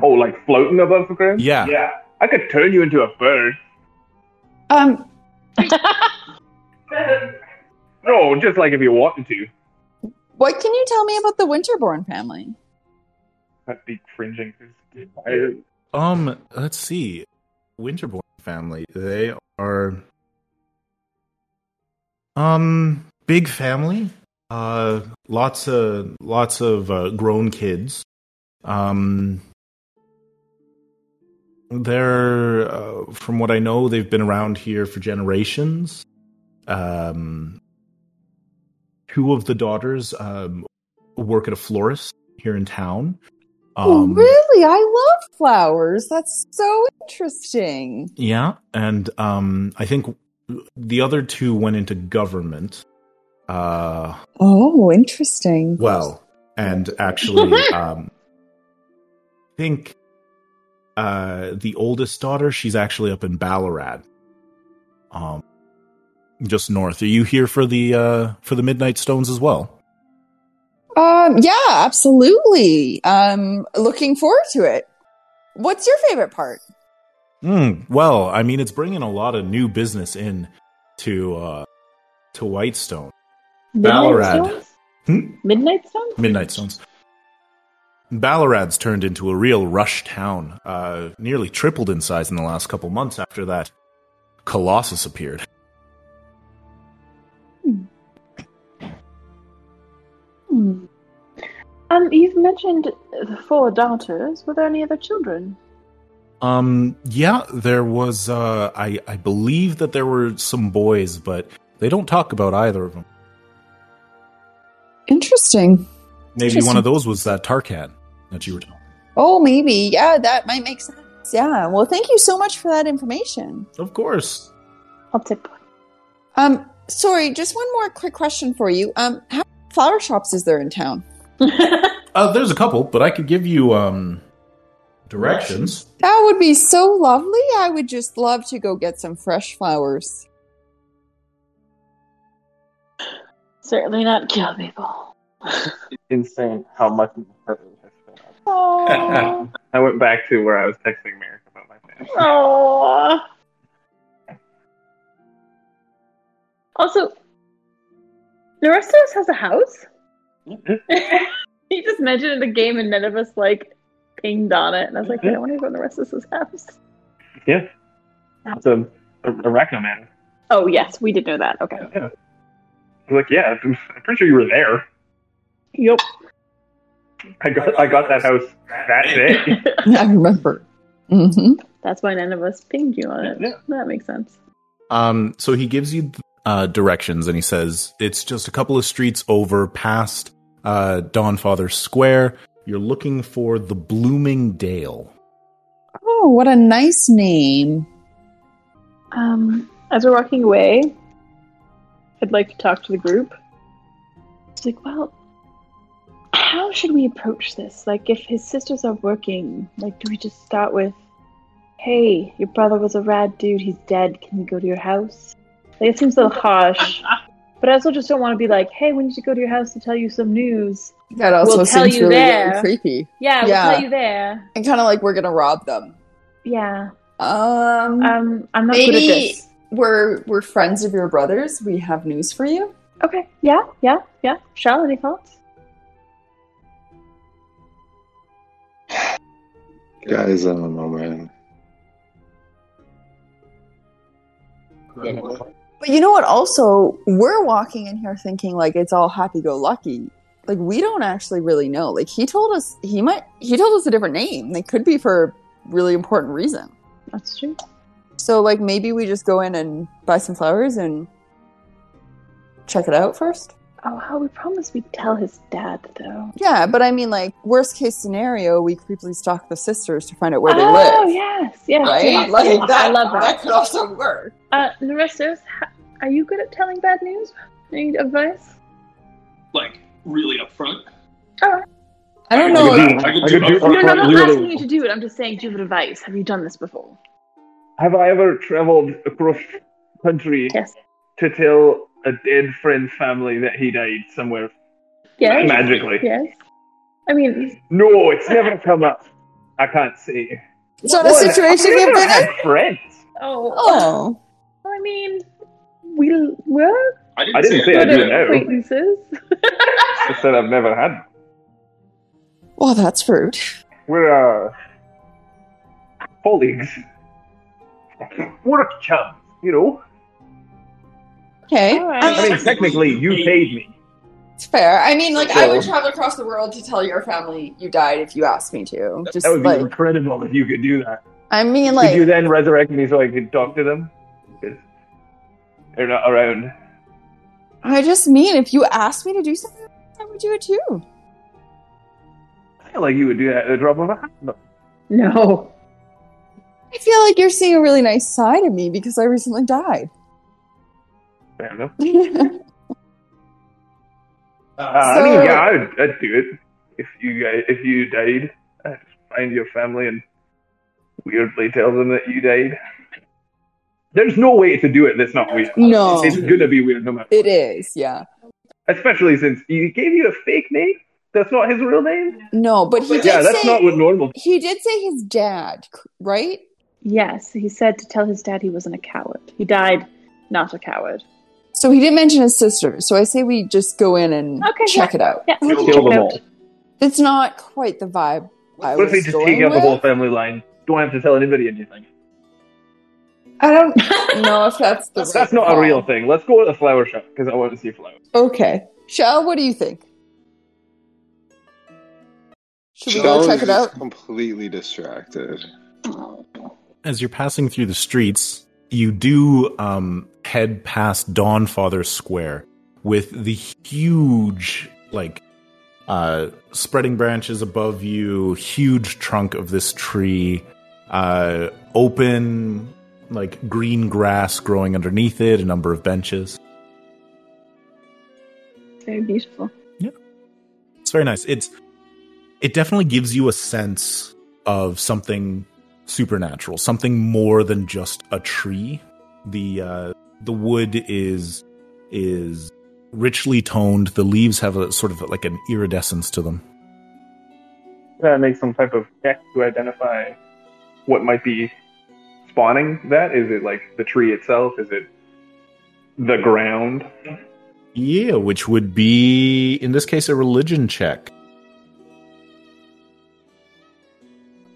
[SPEAKER 3] Oh, like floating above the ground?
[SPEAKER 2] Yeah.
[SPEAKER 3] Yeah. I could turn you into a bird.
[SPEAKER 6] Um.
[SPEAKER 3] No, just like if you wanted to.
[SPEAKER 6] What can you tell me about the Winterborn family?
[SPEAKER 3] That'd be cringing. 'cause I-
[SPEAKER 2] Um, let's see. Winterborn family. They are um big family. Uh lots of lots of uh, grown kids. Um they're uh, from what I know, they've been around here for generations. Um two of the daughters um work at a florist here in town. Um,
[SPEAKER 6] oh, really? I love flowers. That's so interesting.
[SPEAKER 2] Yeah, and um, I think the other two went into government. Uh,
[SPEAKER 6] Oh, interesting.
[SPEAKER 2] well, and actually, um, I think uh, the oldest daughter she's actually up in Ballarat, um, just north. Are you here for the uh, for the Midnight Stones as well?
[SPEAKER 6] Um, yeah, absolutely. Um, looking forward to it. What's your favorite part?
[SPEAKER 2] Mm, well, I mean, it's bringing a lot of new business in to uh, to Whitestone, Ballarat,
[SPEAKER 4] Stones?
[SPEAKER 3] Hmm?
[SPEAKER 4] Midnight Stones?
[SPEAKER 2] Midnight Stones. Ballarat's turned into a real rush town, uh, nearly tripled in size in the last couple months after that Colossus appeared.
[SPEAKER 4] Hmm. Um, you've mentioned the four daughters. Were there any other children?
[SPEAKER 2] Um, yeah, there was, uh, I, I believe that there were some boys, but they don't talk about either of them.
[SPEAKER 6] Interesting.
[SPEAKER 2] Maybe one of those was that Tarkat that you were talking.
[SPEAKER 6] Oh, maybe. Yeah, that might make sense. Yeah. Well, thank you so much for that information.
[SPEAKER 2] Of course.
[SPEAKER 4] I'll tip.
[SPEAKER 6] Um, sorry, just one more quick question for you. Um, how many flower shops is there in town?
[SPEAKER 2] Uh, there's a couple, but I could give you um directions.
[SPEAKER 6] That would be so lovely. I would just love to go get some fresh flowers.
[SPEAKER 4] Certainly not kill people.
[SPEAKER 3] It's insane how much of the purpose has been up.
[SPEAKER 4] Oh.
[SPEAKER 3] I went back to where I was texting Merrick about my family.
[SPEAKER 4] Aww. Also, the rest of us has a house. you just mentioned in the game, and none of us like pinged on it. And I was like, I don't want to go in the rest of this house.
[SPEAKER 3] Yeah. It's a, a arachnoman.
[SPEAKER 4] Oh yes, we did know that. Okay.
[SPEAKER 3] Yeah. I was like, yeah, I'm I'm pretty sure you were there.
[SPEAKER 4] Yep.
[SPEAKER 3] I got I got that house that day.
[SPEAKER 6] I remember. hmm
[SPEAKER 4] That's why none of us pinged you on it.
[SPEAKER 3] Yeah.
[SPEAKER 4] That makes sense.
[SPEAKER 2] Um, so he gives you uh, directions, and he says it's just a couple of streets over, past uh, Dawnfather Square. You're looking for the Blooming Dale.
[SPEAKER 6] Oh, what a nice name.
[SPEAKER 4] Um, as we're walking away, I'd like to talk to the group. It's like, well, how should we approach this? Like, if his sisters are working, like, do we just start with, "Hey, your brother was a rad dude. He's dead. Can we go to your house?" Like, it seems a little harsh, but I also just don't want to be like, "Hey, we need to go to your house to tell you some news."
[SPEAKER 6] That also
[SPEAKER 4] We'll tell
[SPEAKER 6] seems
[SPEAKER 4] you
[SPEAKER 6] really, really
[SPEAKER 4] there.
[SPEAKER 6] creepy.
[SPEAKER 4] Yeah,
[SPEAKER 6] Yeah.
[SPEAKER 4] we'll tell you there.
[SPEAKER 6] And kind of like we're going to rob them.
[SPEAKER 4] Yeah.
[SPEAKER 6] Um,
[SPEAKER 4] Um, I'm not
[SPEAKER 6] Maybe-
[SPEAKER 4] good at this.
[SPEAKER 6] we're we're friends of your brothers. We have news for you.
[SPEAKER 4] Okay. Yeah. Yeah. Yeah. Shall any thoughts?
[SPEAKER 5] Guys, I don't know, man.
[SPEAKER 6] But you know what? Also, we're walking in here thinking like it's all happy go lucky. Like we don't actually really know. Like he told us he might he told us a different name. They could be for a really important reason.
[SPEAKER 4] That's true.
[SPEAKER 6] So like maybe we just go in and buy some flowers and check it out first.
[SPEAKER 4] Oh, how we promised we'd tell his dad, though.
[SPEAKER 6] Yeah, but I mean like worst case scenario, we creepily stalk the sisters to find out where they
[SPEAKER 4] oh,
[SPEAKER 6] live.
[SPEAKER 4] yes, yes.
[SPEAKER 6] Right?
[SPEAKER 4] yes.
[SPEAKER 6] Like that,
[SPEAKER 4] I love that.
[SPEAKER 6] could also work.
[SPEAKER 4] Uh, Narissus, h- are you good at telling bad news? Any advice?
[SPEAKER 8] Like, really upfront.
[SPEAKER 6] I don't
[SPEAKER 3] I
[SPEAKER 6] know.
[SPEAKER 3] could do- I could do
[SPEAKER 4] No, no, I'm
[SPEAKER 3] upfront
[SPEAKER 4] not
[SPEAKER 3] really-
[SPEAKER 4] asking you to do it. I'm just saying, do you have advice? Have you done this before?
[SPEAKER 3] Have I ever traveled across country
[SPEAKER 4] Yes.
[SPEAKER 3] to tell a dead friend's family that he died somewhere
[SPEAKER 4] Yes.
[SPEAKER 3] magically?
[SPEAKER 4] Yes. I mean,
[SPEAKER 3] No, it's never come up. I can't say.
[SPEAKER 6] It's not a situation
[SPEAKER 3] I've
[SPEAKER 6] you've
[SPEAKER 3] never
[SPEAKER 6] been in.
[SPEAKER 3] had friends.
[SPEAKER 4] oh,
[SPEAKER 6] Oh.
[SPEAKER 4] well, I mean, we we're
[SPEAKER 8] I didn't,
[SPEAKER 3] I didn't say I
[SPEAKER 4] good
[SPEAKER 3] do
[SPEAKER 4] at
[SPEAKER 3] now.
[SPEAKER 4] acquaintances.
[SPEAKER 3] I said I've never had.
[SPEAKER 6] Well, that's rude.
[SPEAKER 3] We're uh, colleagues. Work chums, you know.
[SPEAKER 6] Okay.
[SPEAKER 4] All right.
[SPEAKER 6] I mean,
[SPEAKER 3] I mean, technically, you paid me.
[SPEAKER 6] It's fair. I mean, like, I would
[SPEAKER 3] So-
[SPEAKER 6] travel across the world to tell your family you died if you asked me to. Just
[SPEAKER 3] That would be
[SPEAKER 6] like,
[SPEAKER 3] incredible if you could do that.
[SPEAKER 6] I mean,
[SPEAKER 3] could you
[SPEAKER 6] like,
[SPEAKER 3] then resurrect me so I could talk to them? 'Cause They're not around.
[SPEAKER 6] I just mean if you asked me to do something, I would do it too.
[SPEAKER 3] I feel like you would do that at the drop of a hat. No.
[SPEAKER 4] No.
[SPEAKER 6] I feel like you're seeing a really nice side of me because I recently died.
[SPEAKER 3] Fair enough.
[SPEAKER 6] okay.
[SPEAKER 3] Uh, I
[SPEAKER 6] So-
[SPEAKER 3] mean, yeah, I'd, I'd do it if you guys, if you died. I'd find your family and weirdly tell them that you died. There's no way to do it that's not weird.
[SPEAKER 6] No.
[SPEAKER 3] it's gonna be weird no matter.
[SPEAKER 6] It is, yeah.
[SPEAKER 3] Especially since he gave you a fake name. That's not his real name.
[SPEAKER 6] No, but he
[SPEAKER 3] But
[SPEAKER 6] did
[SPEAKER 3] yeah, that's
[SPEAKER 6] say
[SPEAKER 3] not what normal.
[SPEAKER 6] he did say his dad, right?
[SPEAKER 4] Yes, he said to tell his dad he wasn't a coward. He died not a coward.
[SPEAKER 6] So he didn't mention his sister. So I say we just go in and check
[SPEAKER 4] yeah.
[SPEAKER 6] it out.
[SPEAKER 4] Yeah,
[SPEAKER 3] We'll kill them all.
[SPEAKER 6] It's not quite the vibe I
[SPEAKER 3] What if
[SPEAKER 6] was
[SPEAKER 3] we just
[SPEAKER 6] going
[SPEAKER 3] take out the
[SPEAKER 6] with.
[SPEAKER 3] whole family line? Don't have to tell anybody anything.
[SPEAKER 6] I don't know if that's the
[SPEAKER 3] That's not a real thing. Let's go to the flower shop because I want to see flowers.
[SPEAKER 6] Okay. Shell, what do you think? Should we go
[SPEAKER 5] Sheldon
[SPEAKER 6] check it
[SPEAKER 5] is
[SPEAKER 6] out?
[SPEAKER 5] Completely distracted.
[SPEAKER 4] Oh,
[SPEAKER 2] As you're passing through the streets, you do um, head past Dawnfather Square with the huge, like, uh, spreading branches above you, huge trunk of this tree, uh, open, like, green grass growing underneath it, a number of benches.
[SPEAKER 4] It's very beautiful.
[SPEAKER 2] It's very nice. It's it definitely gives you a sense of something supernatural, something more than just a tree. The uh, the wood is is richly toned. The leaves have a sort of like an iridescence to them.
[SPEAKER 3] Can I make some type of check to identify what might be spawning that? Is it like the tree itself? Is it the ground?
[SPEAKER 2] Yeah, which would be in this case a religion check.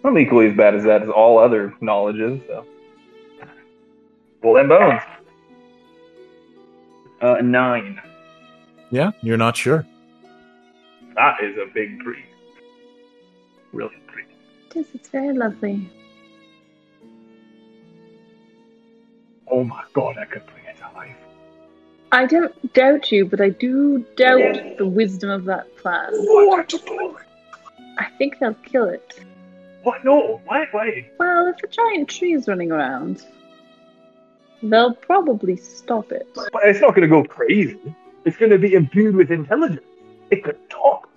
[SPEAKER 3] I'm equally as bad as that as all other knowledges. So, well, and bones. Uh, nine.
[SPEAKER 2] Yeah, you're not sure.
[SPEAKER 3] That is a big tree. Really tree.
[SPEAKER 4] It is. It's very lovely.
[SPEAKER 3] Oh my god, I could bring it to life.
[SPEAKER 4] I don't doubt you, but I do doubt the wisdom of that plan.
[SPEAKER 3] What? What?
[SPEAKER 4] I think they'll kill it.
[SPEAKER 3] No. Why? Why?
[SPEAKER 4] Well, if a giant tree is running around, they'll probably stop it.
[SPEAKER 3] But it's not going to go crazy. It's going to be imbued with intelligence. It could talk.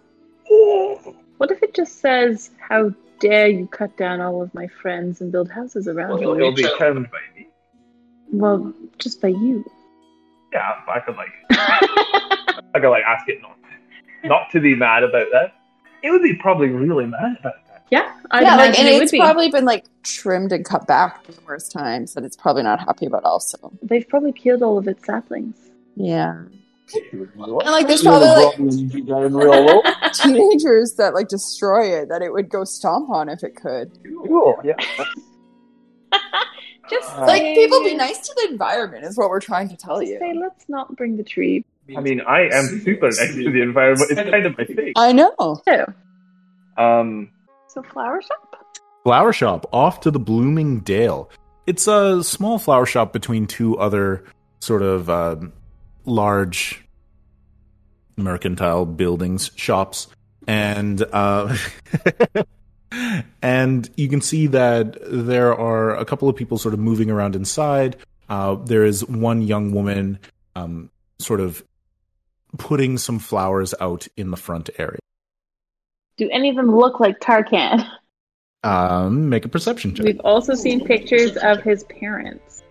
[SPEAKER 3] Oh.
[SPEAKER 4] What if it just says, How dare you cut down all of my friends and build houses around
[SPEAKER 8] Well,
[SPEAKER 4] you?
[SPEAKER 3] It'll be turned by me.
[SPEAKER 4] Well, just by you.
[SPEAKER 3] Yeah, I could like, I could like ask it not, not to be mad about that. It would be probably really mad about that.
[SPEAKER 4] Yeah, I
[SPEAKER 6] yeah, like,
[SPEAKER 4] imagine
[SPEAKER 6] and
[SPEAKER 4] it would
[SPEAKER 6] it's
[SPEAKER 4] be.
[SPEAKER 6] probably been like trimmed and cut back numerous times that it's probably not happy about. Also,
[SPEAKER 4] They've probably killed all of its saplings.
[SPEAKER 6] yeah,
[SPEAKER 3] What?
[SPEAKER 6] and like there's probably like teenagers that like destroy it that it would go stomp on if it could.
[SPEAKER 3] Cool. Yeah.
[SPEAKER 4] Just
[SPEAKER 6] Like people be nice to the environment is what we're trying to tell
[SPEAKER 4] Just
[SPEAKER 6] you.
[SPEAKER 4] say, Let's not bring the tree.
[SPEAKER 3] I mean, I am super nice to the environment. It's kind of my thing.
[SPEAKER 6] I know.
[SPEAKER 4] too.
[SPEAKER 3] Um,
[SPEAKER 4] So, flower shop?
[SPEAKER 2] Flower shop off to the Blooming Dale. It's a small flower shop between two other sort of um, large mercantile buildings, shops, and uh, and you can see that there are a couple of people sort of moving around inside. Uh, there is one young woman um, sort of putting some flowers out in the front area.
[SPEAKER 4] Do any of them look like Tarkan?
[SPEAKER 2] Um, make a perception check.
[SPEAKER 4] We've also seen pictures of his parents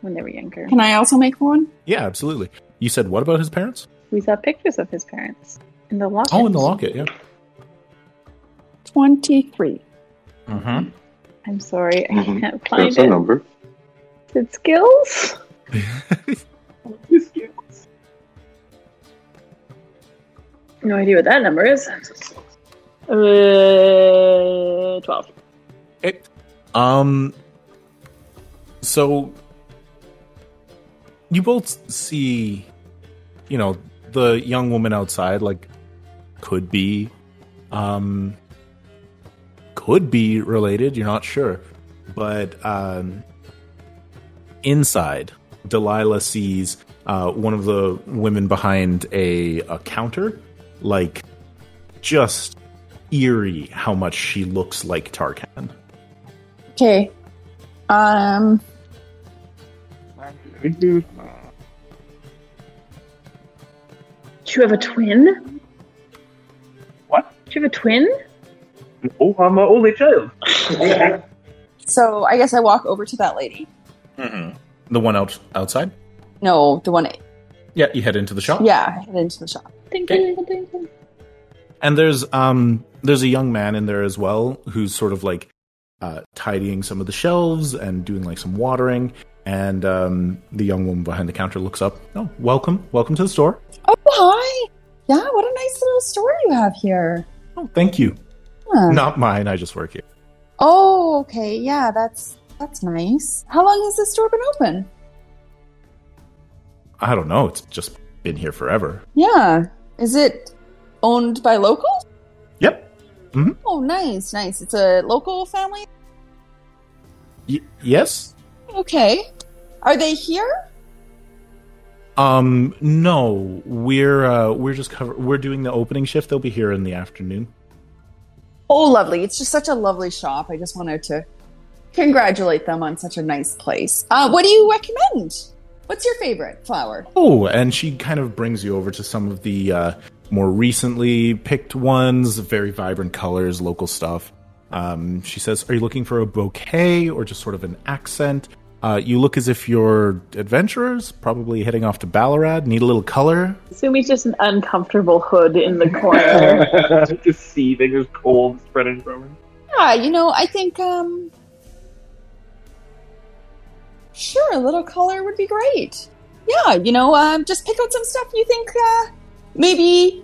[SPEAKER 4] when they were younger.
[SPEAKER 6] I also make one?
[SPEAKER 2] Yeah, absolutely. You said what about his parents?
[SPEAKER 4] We saw pictures of his parents in the locket.
[SPEAKER 2] Oh, in the locket, yeah.
[SPEAKER 6] Twenty-three.
[SPEAKER 2] Mm-hmm.
[SPEAKER 4] I'm sorry, I
[SPEAKER 5] Mhm.
[SPEAKER 4] can't find
[SPEAKER 5] That's a
[SPEAKER 4] it.
[SPEAKER 5] number.
[SPEAKER 4] It's skills. No idea what that number is. Uh, twelve.
[SPEAKER 2] Um. So you both see, you know, the young woman outside, like, could be, um, could be related. You're not sure, but um, inside, Delilah sees uh, one of the women behind a, a counter, like, just eerie how much she looks like Tarkan.
[SPEAKER 6] Okay. Um.
[SPEAKER 4] Do you have a twin?
[SPEAKER 3] What?
[SPEAKER 4] Do you have a twin?
[SPEAKER 3] oh, I'm an only child.
[SPEAKER 6] So I guess I walk over to that lady.
[SPEAKER 2] The one out outside?
[SPEAKER 6] No, the one.
[SPEAKER 2] Yeah, you head into the shop.
[SPEAKER 6] Yeah, I head into the shop.
[SPEAKER 4] Ding, ding, ding, ding, ding.
[SPEAKER 2] And there's um there's a young man in there as well who's sort of like uh, tidying some of the shelves and doing like some watering. And um, the young woman behind the counter looks up. Oh, welcome, welcome to the store.
[SPEAKER 11] Oh, hi. Yeah, what a nice little store you have here.
[SPEAKER 2] Oh, thank you.
[SPEAKER 11] Huh.
[SPEAKER 2] Not mine. I just work here.
[SPEAKER 11] Oh, okay. Yeah, that's that's nice. How long has this store been open?
[SPEAKER 2] I don't know. It's just been here forever.
[SPEAKER 11] Yeah. Is it owned by locals?
[SPEAKER 2] Yep. hmm
[SPEAKER 11] Oh, nice, nice. It's a local family.
[SPEAKER 2] Y- yes.
[SPEAKER 11] Okay. Are they here?
[SPEAKER 2] Um. No. We're uh, we're just cover- we're doing the opening shift. They'll be here in the afternoon.
[SPEAKER 11] Oh, lovely. It's just such a lovely shop. I just wanted to congratulate them on such a nice place. Uh, what do you recommend? What's your favorite flower?
[SPEAKER 2] Oh, and she kind of brings you over to some of the uh, more recently picked ones, very vibrant colors, local stuff. Um, she says, Are you looking for a bouquet or just sort of an accent? Uh, you look as if you're adventurers, probably heading off to Ballarat, need a little color.
[SPEAKER 4] Sumi's just an uncomfortable hood in the corner.
[SPEAKER 12] just seething, there's cold spreading from him.
[SPEAKER 11] Yeah, you know, I think um, sure, a little color would be great. Yeah, you know, um, just pick out some stuff you think uh, maybe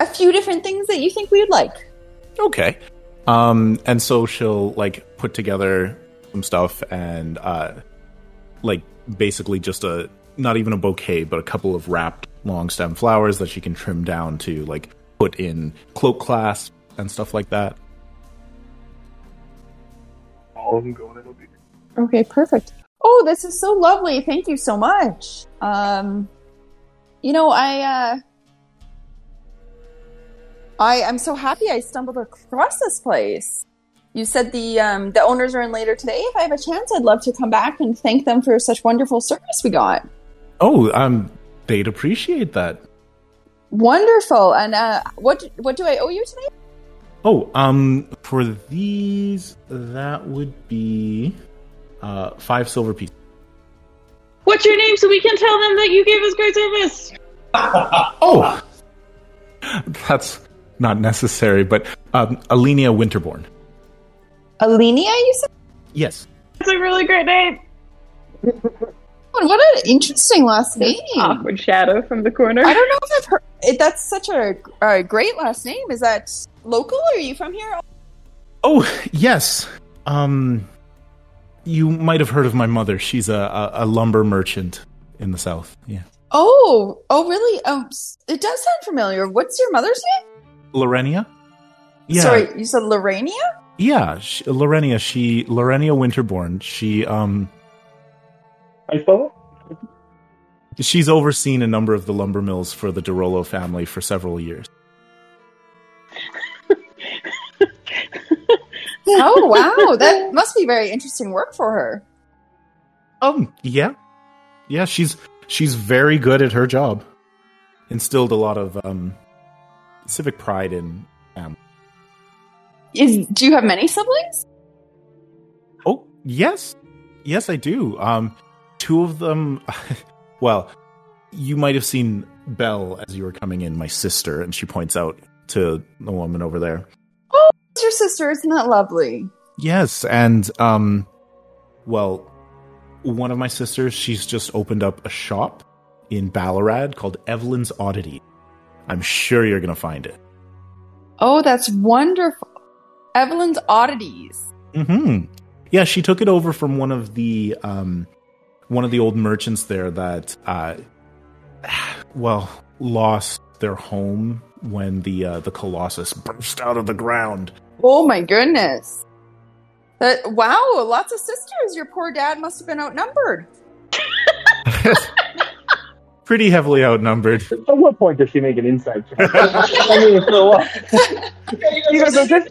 [SPEAKER 11] a few different things that you think we would like.
[SPEAKER 2] Okay. Um, and so she'll like put together some stuff and uh, like basically just a not even a bouquet, but a couple of wrapped long stem flowers that she can trim down to like put in cloak clasps and stuff like that.
[SPEAKER 12] All of them going in a big
[SPEAKER 11] Okay, perfect. Oh, this is so lovely. Thank you so much. Um, you know, I, uh, I am so happy I stumbled across this place. You said the um, the owners are in later today. If I have a chance, I'd love to come back and thank them for such wonderful service we got.
[SPEAKER 2] Oh, um, they'd appreciate that.
[SPEAKER 11] Wonderful. And uh, what what do I owe you today?
[SPEAKER 2] Oh, um, for these, that would be uh, five silver pieces.
[SPEAKER 13] What's your name so we can tell them that you gave us great service?
[SPEAKER 2] Oh, that's not necessary, but um, Alenia Winterborn.
[SPEAKER 11] Alenia, you said.
[SPEAKER 2] Yes.
[SPEAKER 13] That's a really great name.
[SPEAKER 11] Oh, What an interesting last name.
[SPEAKER 4] Awkward shadow from the corner.
[SPEAKER 11] Hmm. I don't know if I've heard. It, that's such a, a great last name. Is that local? Or are you from here?
[SPEAKER 2] Oh, yes. Um, you might have heard of my mother. She's a, a, a lumber merchant in the south. Yeah.
[SPEAKER 11] Oh, oh, really? Um, s- it does sound familiar. What's your mother's name?
[SPEAKER 2] Lorenia? Yeah.
[SPEAKER 11] Sorry, you said Lorania.
[SPEAKER 2] Yeah, she, Lorenia. She Lorenia Winterborn. She um
[SPEAKER 12] I spell it?
[SPEAKER 2] she's overseen a number of the lumber mills for the Derolo family for several years.
[SPEAKER 11] Oh wow, that must be very interesting work for her.
[SPEAKER 2] Um, yeah, yeah. She's she's very good at her job. Instilled a lot of um civic pride in. Um,
[SPEAKER 11] Is do you have many siblings?
[SPEAKER 2] oh yes, yes I do. Um, two of them. well, you might have seen Belle as you were coming in, my sister, and she points out to the woman over there.
[SPEAKER 11] It's your sister, isn't that lovely?
[SPEAKER 2] Yes, and um well, one of my sisters, she's just opened up a shop in Ballarat called Evelyn's Oddity. I'm sure you're going to find it.
[SPEAKER 11] Oh, that's wonderful. Evelyn's oddities.
[SPEAKER 2] Mhm. Yeah, she took it over from one of the um one of the old merchants there that uh well, lost their home when the uh, the colossus burst out of the ground.
[SPEAKER 11] Oh my goodness. That wow, lots of sisters. Your poor dad must have been outnumbered.
[SPEAKER 2] Pretty heavily outnumbered.
[SPEAKER 12] At what point does she make an insight check? I mean, for what? You guys are just-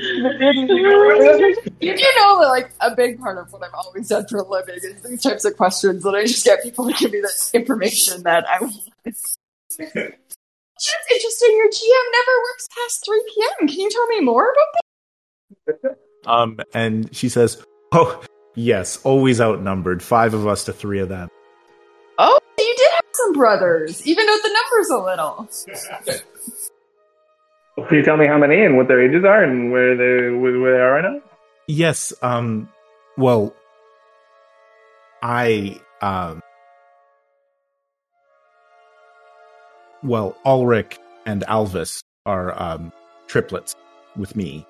[SPEAKER 11] You do know that like a big part of what I'm always at for a living is these types of questions that I just get people to give me the information that I want. It's interesting. Your GM never works past 3 p.m. Can you tell me more about that?
[SPEAKER 2] Um, and she says, "Oh, yes, always outnumbered. Five of us to three of them."
[SPEAKER 11] Oh, you did have some brothers, even though the numbers a little.
[SPEAKER 12] Can you tell me how many and what their ages are and where they where they are right now?
[SPEAKER 2] Yes. Um. Well, I um. Well, Ulrich and Alvis are um triplets with me,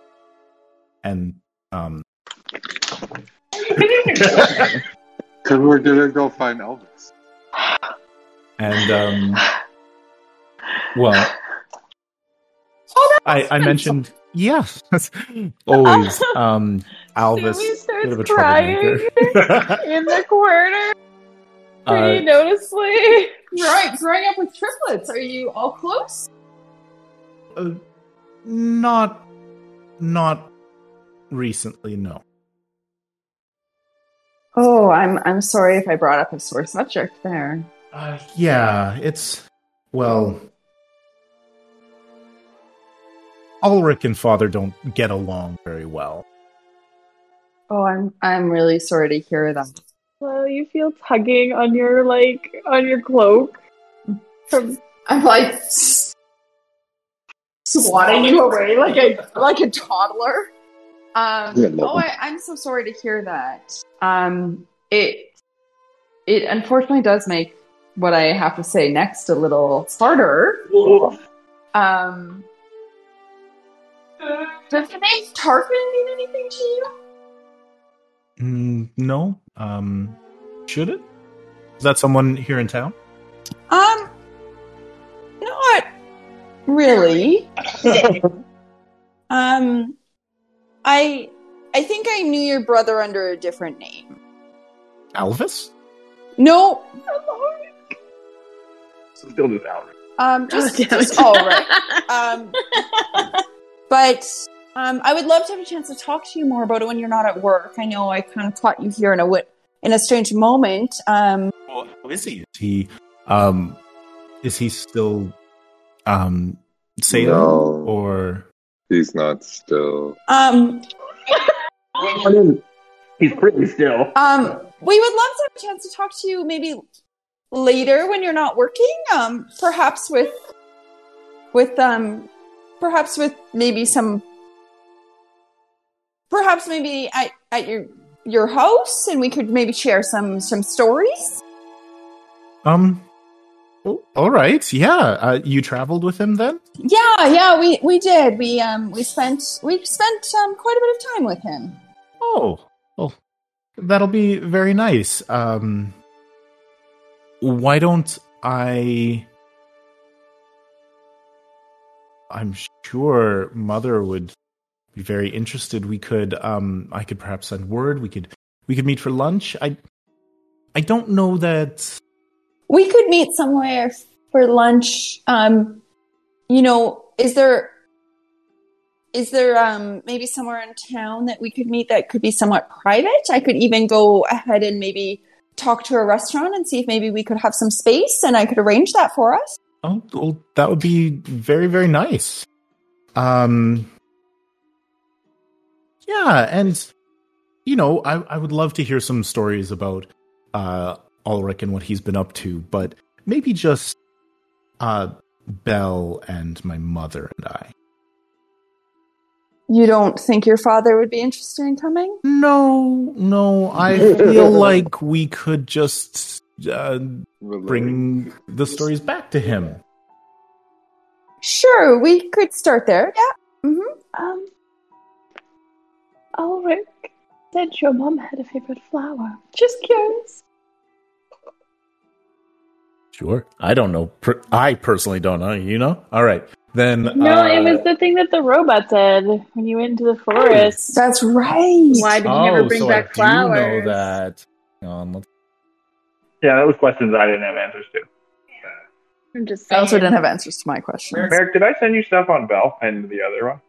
[SPEAKER 2] and um.
[SPEAKER 5] Because we're gonna go find Elvis.
[SPEAKER 2] and um well I, I mentioned yeah that's always um Alvis
[SPEAKER 4] Sue starts
[SPEAKER 2] bit of a
[SPEAKER 4] crying
[SPEAKER 2] troublemaker.
[SPEAKER 4] in the corner
[SPEAKER 2] Uh,
[SPEAKER 4] pretty noticeably.
[SPEAKER 11] Right, growing up with triplets. Are you all close?
[SPEAKER 2] uh, not not recently no
[SPEAKER 11] Oh, I'm I'm sorry if I brought up a sore subject there.
[SPEAKER 2] uh, yeah it's well Ulrich and father don't get along very well
[SPEAKER 11] Oh, I'm I'm really sorry to hear that.
[SPEAKER 4] Well, you feel tugging on your like on your cloak. From
[SPEAKER 11] I'm like swatting you away like a like a toddler. Um,
[SPEAKER 5] Yeah, no.
[SPEAKER 11] oh, I, I'm so sorry to hear that. Um, it it unfortunately does make what I have to say next a little harder. Um, does the name Tarkin mean anything to you?
[SPEAKER 2] Mm, no. Um, should it? Is that someone here in town?
[SPEAKER 11] Um, not really. um, I I think I knew your brother under a different name.
[SPEAKER 2] Alvis?
[SPEAKER 11] No,
[SPEAKER 12] Still just out.
[SPEAKER 11] um, just,
[SPEAKER 13] Oh,
[SPEAKER 4] damn
[SPEAKER 11] just
[SPEAKER 4] it.
[SPEAKER 11] all right. Um, but um, I would love to have a chance to talk to you more about it when you're not at work. I know I kind of caught you here in a wi- in a strange moment. Um,
[SPEAKER 2] Well, how is he? Is he, um, is he still, um, sailing
[SPEAKER 5] No.
[SPEAKER 2] or?
[SPEAKER 5] He's not still.
[SPEAKER 11] um,
[SPEAKER 12] He's pretty still.
[SPEAKER 11] Um, we would love to have a chance to talk to you maybe later when you're not working. Um, perhaps with with um, perhaps with maybe some, perhaps maybe at at your your house, and we could maybe share some some stories.
[SPEAKER 2] Um, oh, all right. Yeah. Uh, you traveled with him then?
[SPEAKER 11] Yeah, yeah, we we did. We um we spent we spent um quite a bit of time with him.
[SPEAKER 2] Oh, well, that'll be very nice. Um, why don't I? I'm sure Mother would be very interested. We could, um, I could perhaps send word. We could, we could meet for lunch. I, I don't know that.
[SPEAKER 11] We could meet somewhere for lunch. Um, you know, is there is there um, maybe somewhere in town that we could meet that could be somewhat private? I could even go ahead and maybe talk to a restaurant and see if maybe we could have some space, and I could arrange that for us.
[SPEAKER 2] Oh, well, that would be very, very nice. Um, yeah, and you know, I, I would love to hear some stories about uh, Ulrich and what he's been up to, but maybe just uh, Belle and my mother and I.
[SPEAKER 11] You don't think your father would be interested in coming?
[SPEAKER 2] No, no, I feel like we could just uh, bring the stories back to him.
[SPEAKER 11] Sure, we could start there. Yeah. hmm
[SPEAKER 6] Um, Ulrich said your mom had a favorite flower. Just curious.
[SPEAKER 2] Sure. I don't know. Per- I personally don't know. You know? All right. Then.
[SPEAKER 4] no,
[SPEAKER 2] uh,
[SPEAKER 4] it was the thing that the robot said when you went into the forest.
[SPEAKER 11] That's right.
[SPEAKER 4] Why did you never
[SPEAKER 2] oh,
[SPEAKER 4] bring
[SPEAKER 2] so I
[SPEAKER 4] back
[SPEAKER 2] do
[SPEAKER 4] flowers?
[SPEAKER 2] know that. Hang on, let's-
[SPEAKER 12] Yeah, that was questions I didn't have answers to.
[SPEAKER 6] I'm just
[SPEAKER 11] I
[SPEAKER 6] saying.
[SPEAKER 11] also didn't have answers to my question.
[SPEAKER 12] Merrick, did I send you stuff on Bell and the other one?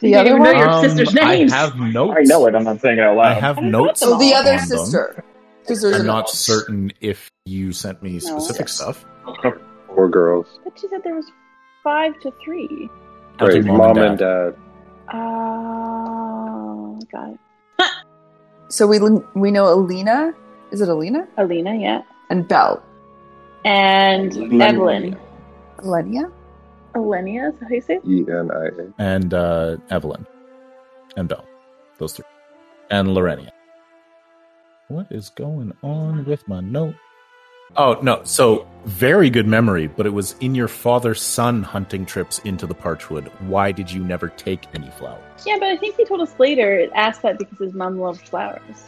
[SPEAKER 11] The
[SPEAKER 4] You didn't
[SPEAKER 11] other
[SPEAKER 4] even know
[SPEAKER 11] one.
[SPEAKER 4] your sister's names.
[SPEAKER 2] Um, I have notes.
[SPEAKER 12] I know it. I'm not saying it out
[SPEAKER 2] I
[SPEAKER 12] loud.
[SPEAKER 2] have
[SPEAKER 4] I
[SPEAKER 2] notes.
[SPEAKER 4] got
[SPEAKER 11] So
[SPEAKER 4] them
[SPEAKER 11] the
[SPEAKER 4] all.
[SPEAKER 11] other
[SPEAKER 2] on them.
[SPEAKER 11] sister. Because there's
[SPEAKER 2] I'm
[SPEAKER 11] an-
[SPEAKER 2] not certain if you sent me specific
[SPEAKER 11] Yes.
[SPEAKER 2] stuff.
[SPEAKER 5] Four girls.
[SPEAKER 6] But she said there was five to three.
[SPEAKER 2] Or
[SPEAKER 5] Wait,
[SPEAKER 2] to
[SPEAKER 5] mom, and dad.
[SPEAKER 6] Uh, got it.
[SPEAKER 11] So we we know Alina. Is it Alina
[SPEAKER 6] Alina, yeah.
[SPEAKER 11] and Belle?
[SPEAKER 6] And Evelyn.
[SPEAKER 11] Alenia.
[SPEAKER 4] Elenia, is that how you say it?
[SPEAKER 5] E N I A.
[SPEAKER 2] and uh, Evelyn and Bell. Those three. And Lorenia. What is going on with my note? Oh, no. So, very good memory, but it was in your father son hunting trips into the Parchwood. Why did you never take any flowers?
[SPEAKER 4] Yeah, but I think he told us later it asked that because his mom loved flowers.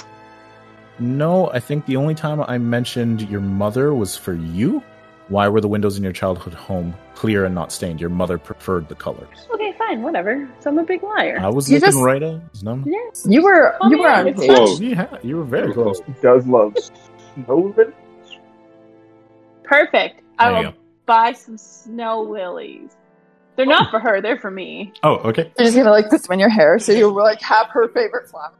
[SPEAKER 2] No, I think the only time I mentioned your mother was for you. Why were the windows in your childhood home clear and not stained? Your mother preferred the colors.
[SPEAKER 4] Okay, fine, whatever. So I'm a big liar.
[SPEAKER 2] I was
[SPEAKER 4] You
[SPEAKER 2] looking
[SPEAKER 4] just-
[SPEAKER 2] right at his number.
[SPEAKER 4] Yes.
[SPEAKER 6] You were
[SPEAKER 4] Oh,
[SPEAKER 6] you were
[SPEAKER 4] yeah,
[SPEAKER 6] on
[SPEAKER 4] it's
[SPEAKER 6] page.
[SPEAKER 2] Close. Yeah, you were very close.
[SPEAKER 3] Does love snowman?
[SPEAKER 11] Perfect.
[SPEAKER 4] Oh.
[SPEAKER 2] There
[SPEAKER 11] I
[SPEAKER 2] you
[SPEAKER 11] will
[SPEAKER 2] go.
[SPEAKER 11] buy some snow lilies. They're not for her, they're for me.
[SPEAKER 2] Oh, okay.
[SPEAKER 6] You're just gonna like this in your hair, so you will like have her favorite flower.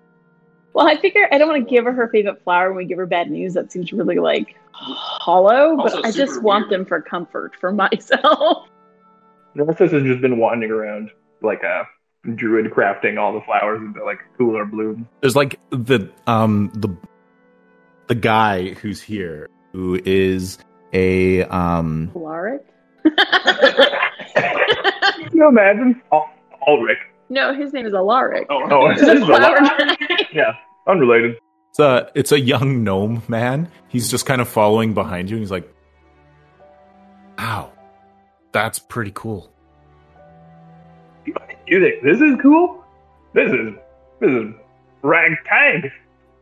[SPEAKER 4] Well, I figure I don't want to give her her favorite flower when we give her bad news. That seems really like hollow, but
[SPEAKER 8] Also
[SPEAKER 4] I
[SPEAKER 8] super
[SPEAKER 4] just want
[SPEAKER 8] weird.
[SPEAKER 4] them for comfort for myself.
[SPEAKER 3] Narcissus has just been wandering around like a druid crafting all the flowers into like cooler blooms.
[SPEAKER 2] There's like the um the the guy who's here who is a um
[SPEAKER 4] Floric?
[SPEAKER 3] Can you imagine? Al- Ulrich.
[SPEAKER 4] No, his name is Alaric.
[SPEAKER 8] Oh,
[SPEAKER 3] Oh, this is a lot.
[SPEAKER 4] Flower guy.
[SPEAKER 3] Yeah, unrelated.
[SPEAKER 2] it's a, it's a young gnome man. He's just kind of following behind you and he's like Wow. That's pretty cool.
[SPEAKER 3] You think this is cool? This is this is ragtag. You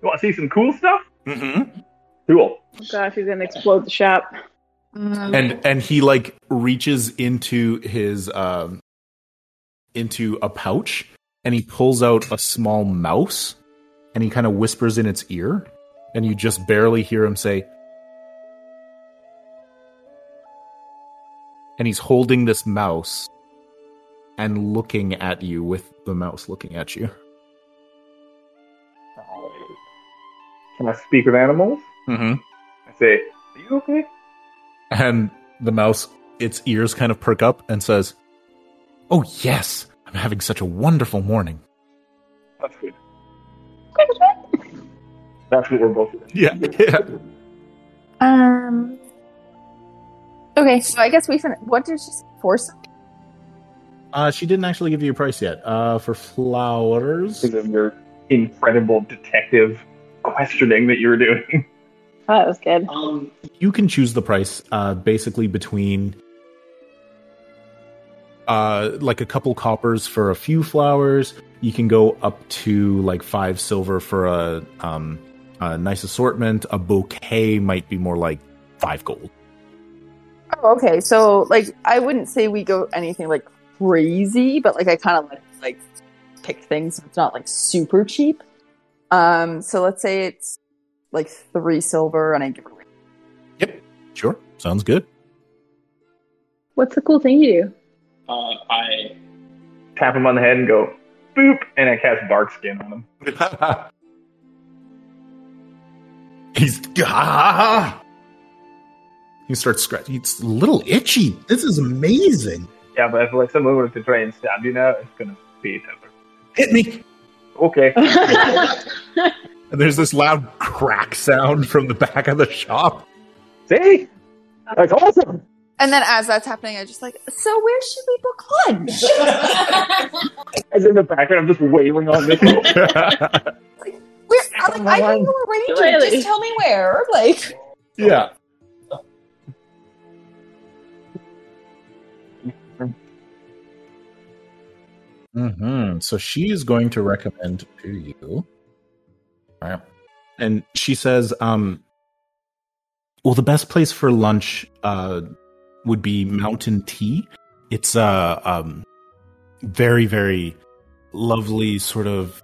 [SPEAKER 3] want to see some cool stuff?
[SPEAKER 2] Mm-hmm.
[SPEAKER 3] Cool.
[SPEAKER 4] Oh gosh, he's gonna explode the shop. Oh,
[SPEAKER 2] And and he like reaches into his um into a pouch and he pulls out a small mouse and he kind of whispers in its ear and you just barely hear him say and he's holding this mouse and looking at you with the mouse looking at you
[SPEAKER 3] Can I speak with animals?
[SPEAKER 2] mm-hmm.
[SPEAKER 3] I say, are you okay?
[SPEAKER 2] and the mouse its ears kind of perk up and says oh yes i'm having such a wonderful morning
[SPEAKER 3] That's good. That's what we're both. doing.
[SPEAKER 2] yeah, yeah.
[SPEAKER 6] Um. Okay, so I guess we fin. What did she say? Force?
[SPEAKER 2] Uh, she didn't actually give you a price yet. Uh, for flowers,
[SPEAKER 3] Because of your incredible detective questioning that you were doing.
[SPEAKER 4] Oh, that was good.
[SPEAKER 8] Um,
[SPEAKER 2] you can choose the price. Uh, basically between uh, like a couple coppers for a few flowers. You can go up to like five silver for a um a nice assortment. A bouquet might be more like five gold.
[SPEAKER 6] Oh, okay. So like, I wouldn't say we go anything like crazy, but like I kind of like like pick things. It's not like super cheap. Um. So let's say it's like three silver, and I give her.
[SPEAKER 2] Sure, sounds good.
[SPEAKER 4] What's the cool thing you do?
[SPEAKER 8] uh, I
[SPEAKER 3] Tap him on the head and go, boop, and I cast bark skin on him.
[SPEAKER 2] He's ah! He starts scratching. It's a little itchy. This is amazing.
[SPEAKER 3] Yeah, but if like someone were to try and stab you now, it's gonna be tougher.
[SPEAKER 2] Hit me.
[SPEAKER 3] Okay.
[SPEAKER 2] And there's this loud crack sound from the back of the shop.
[SPEAKER 3] See? That's awesome.
[SPEAKER 6] And then as that's happening, I just like. So where should we book lunch?
[SPEAKER 3] As in the background, I'm just wailing on this.
[SPEAKER 6] Where, I'm like, I can go arrange it. Just tell me where. Like,
[SPEAKER 2] yeah. hmm So she is going to recommend to you. And she says, um, well, the best place for lunch uh, would be Mountain Tea. It's a um, very, very lovely sort of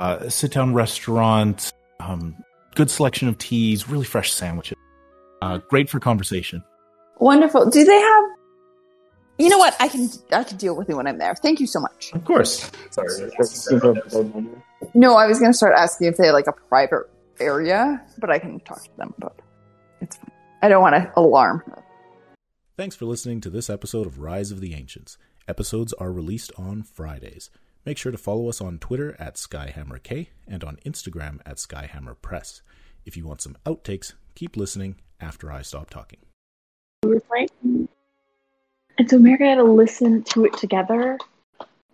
[SPEAKER 2] uh, sit down restaurant, um, good selection of teas, really fresh sandwiches. Uh, great for conversation.
[SPEAKER 6] wonderful. Do they have? You know what? I can I can deal with it when I'm there. Thank you so much.
[SPEAKER 2] Of course.
[SPEAKER 3] Sorry.
[SPEAKER 6] No, I was going to start asking if they had like a private area, but I can talk to them about it. It's fine. I don't want to alarm her.
[SPEAKER 14] Thanks for listening to this episode of Rise of the Ancients. Episodes are released on Fridays. Make sure to follow us on Twitter at SkyhammerK and on Instagram at Skyhammer Press. If you want some outtakes, keep listening after I stop talking.
[SPEAKER 4] You were playing? And so Mary and I had to listen to it together,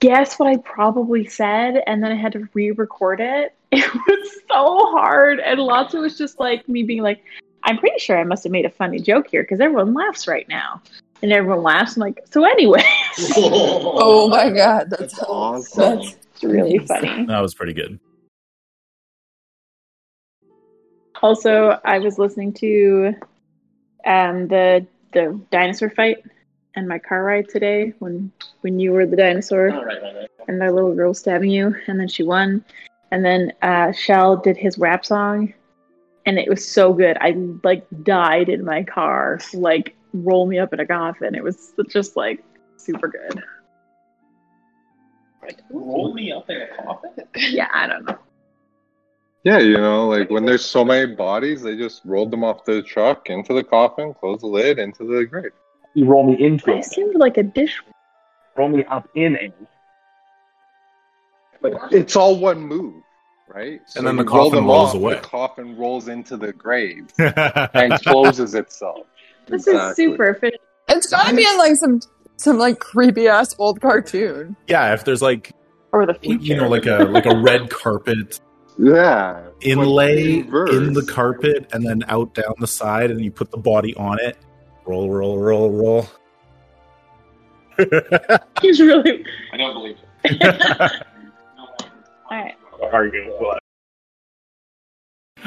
[SPEAKER 4] guess what I probably said, and then I had to re record it. It was so hard. And lots of it was just like me being like, I'm pretty sure I must have made a funny joke here because everyone laughs right now. And everyone laughs. I'm like, so anyway.
[SPEAKER 6] oh my god, that's, that's awesome.
[SPEAKER 4] That's really funny.
[SPEAKER 2] That was pretty good.
[SPEAKER 4] Also, I was listening to um, the the dinosaur fight and my car ride today when when you were the dinosaur
[SPEAKER 8] Oh, right, right, right.
[SPEAKER 4] and that little girl stabbing you, and then she won. And then uh, Shell did his rap song, and it was so good. I like died in my car, like roll me up in a coffin. It was just like super good.
[SPEAKER 8] Like, roll me up in a coffin?
[SPEAKER 4] Yeah, I don't know.
[SPEAKER 5] Yeah, you know, like when there's so many bodies, they just rolled them off the truck into the coffin, closed the lid, into the grave.
[SPEAKER 3] You roll me into
[SPEAKER 4] I
[SPEAKER 3] it.
[SPEAKER 4] seemed like a dish.
[SPEAKER 3] Roll me up in it.
[SPEAKER 5] It's all one move, right?
[SPEAKER 2] And then the
[SPEAKER 5] you roll
[SPEAKER 2] coffin
[SPEAKER 5] them
[SPEAKER 2] rolls
[SPEAKER 5] off,
[SPEAKER 2] away.
[SPEAKER 5] The coffin rolls into the grave and
[SPEAKER 2] Thanks.
[SPEAKER 5] closes itself.
[SPEAKER 4] This
[SPEAKER 5] Exactly.
[SPEAKER 4] is super efficient.
[SPEAKER 6] It's gotta be in like some some like creepy ass old cartoon.
[SPEAKER 2] yeah, if there's like
[SPEAKER 4] Or the future.
[SPEAKER 2] you know like a like a red carpet
[SPEAKER 5] Yeah.
[SPEAKER 2] inlay
[SPEAKER 5] Reverse.
[SPEAKER 2] in the carpet and then out down the side and you put the body on it. Roll, roll, roll, roll.
[SPEAKER 4] He's really
[SPEAKER 8] I don't believe it. No way.
[SPEAKER 4] all right.
[SPEAKER 3] Are you? What?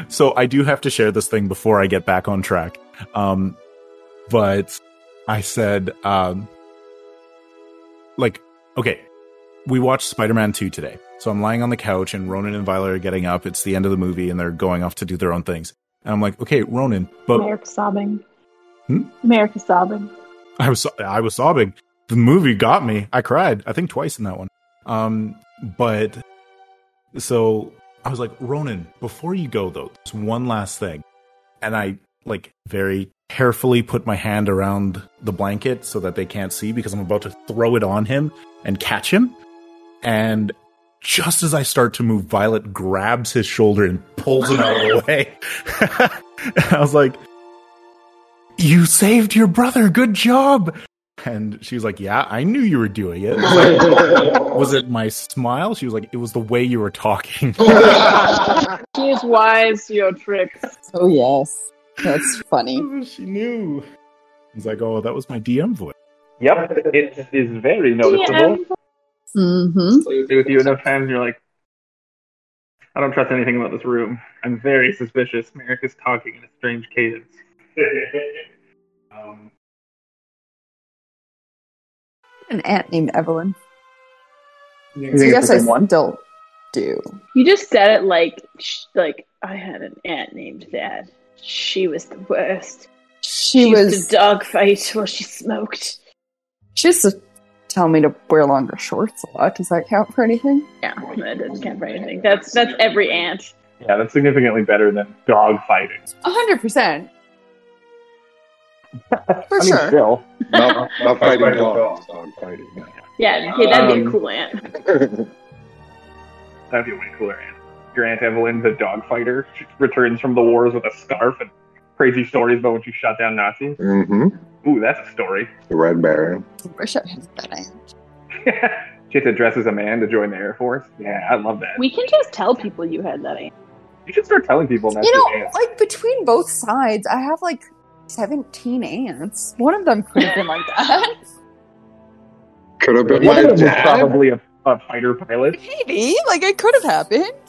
[SPEAKER 2] so I do have to share this thing before I get back on track. Um, but I said, um, like, okay, we watched Spider Man 2 today. So I'm lying on the couch and Ronan and Violet are getting up. It's the end of the movie and they're going off to do their own things. And I'm like, okay, Ronan, but
[SPEAKER 4] America's sobbing.
[SPEAKER 2] Hmm?
[SPEAKER 4] America's sobbing.
[SPEAKER 2] I was I was sobbing. The movie got me. I cried. I think twice in that one. Um, but so I was like, Ronan, before you go though, there's one last thing, and I like very carefully put my hand around the blanket so that they can't see because I'm about to throw it on him and catch him. And just as I start to move, Violet grabs his shoulder and pulls him out of the way. And I was like, you saved your brother. Good job. And she was like, Yeah, I knew you were doing it. I was like, was it my smile? She was like, It was the way you were talking.
[SPEAKER 11] She is wise to your tricks.
[SPEAKER 6] Oh yes, that's funny.
[SPEAKER 2] she knew. I was like, Oh, that was my DM voice.
[SPEAKER 3] Yep, it is very noticeable.
[SPEAKER 6] Mm-hmm.
[SPEAKER 3] With you enough times, you're like, I don't trust anything about this room. I'm very suspicious. Merrick is talking in a strange cadence. um,
[SPEAKER 6] An aunt named Evelyn.
[SPEAKER 3] you
[SPEAKER 6] So
[SPEAKER 3] think
[SPEAKER 6] yes,
[SPEAKER 3] it's the
[SPEAKER 6] I
[SPEAKER 3] same one?
[SPEAKER 6] still do.
[SPEAKER 4] You just said it like, sh- like I had an aunt named that. She was the worst.
[SPEAKER 6] She,
[SPEAKER 4] used
[SPEAKER 6] was.
[SPEAKER 4] to dogfight while she smoked.
[SPEAKER 6] She used to tell me to wear longer shorts a lot. Does that count for anything?
[SPEAKER 4] Yeah, that doesn't count for anything. That's that's every aunt.
[SPEAKER 3] Yeah, that's significantly better than dog fighting.
[SPEAKER 6] A hundred percent. For
[SPEAKER 3] I mean,
[SPEAKER 6] sure.
[SPEAKER 3] still.
[SPEAKER 5] Not, not fighting
[SPEAKER 3] Fighting
[SPEAKER 5] dogs, dog fighting.
[SPEAKER 4] Yeah, okay, that'd be a
[SPEAKER 3] Um,
[SPEAKER 4] cool aunt.
[SPEAKER 3] That'd be a way cooler aunt. Your aunt Evelyn, the dog fighter, she returns from the wars with a scarf and crazy stories about when she shot down Nazis.
[SPEAKER 5] mm-hmm.
[SPEAKER 3] Ooh, that's a story.
[SPEAKER 5] The Red Baron.
[SPEAKER 6] I wish I had that aunt.
[SPEAKER 3] she had to dress as a man to join the Air Force. Yeah, I love that.
[SPEAKER 4] We can just tell people you had that aunt.
[SPEAKER 3] you should start telling people that's
[SPEAKER 6] You
[SPEAKER 3] your
[SPEAKER 6] know,
[SPEAKER 3] aunt.
[SPEAKER 6] like between both sides, I have like seventeen aunts. One of them could have been like that.
[SPEAKER 5] Could have been
[SPEAKER 3] One
[SPEAKER 5] my
[SPEAKER 3] of them was
[SPEAKER 5] dad.
[SPEAKER 3] probably a, a fighter pilot.
[SPEAKER 6] Maybe. Like it could have happened.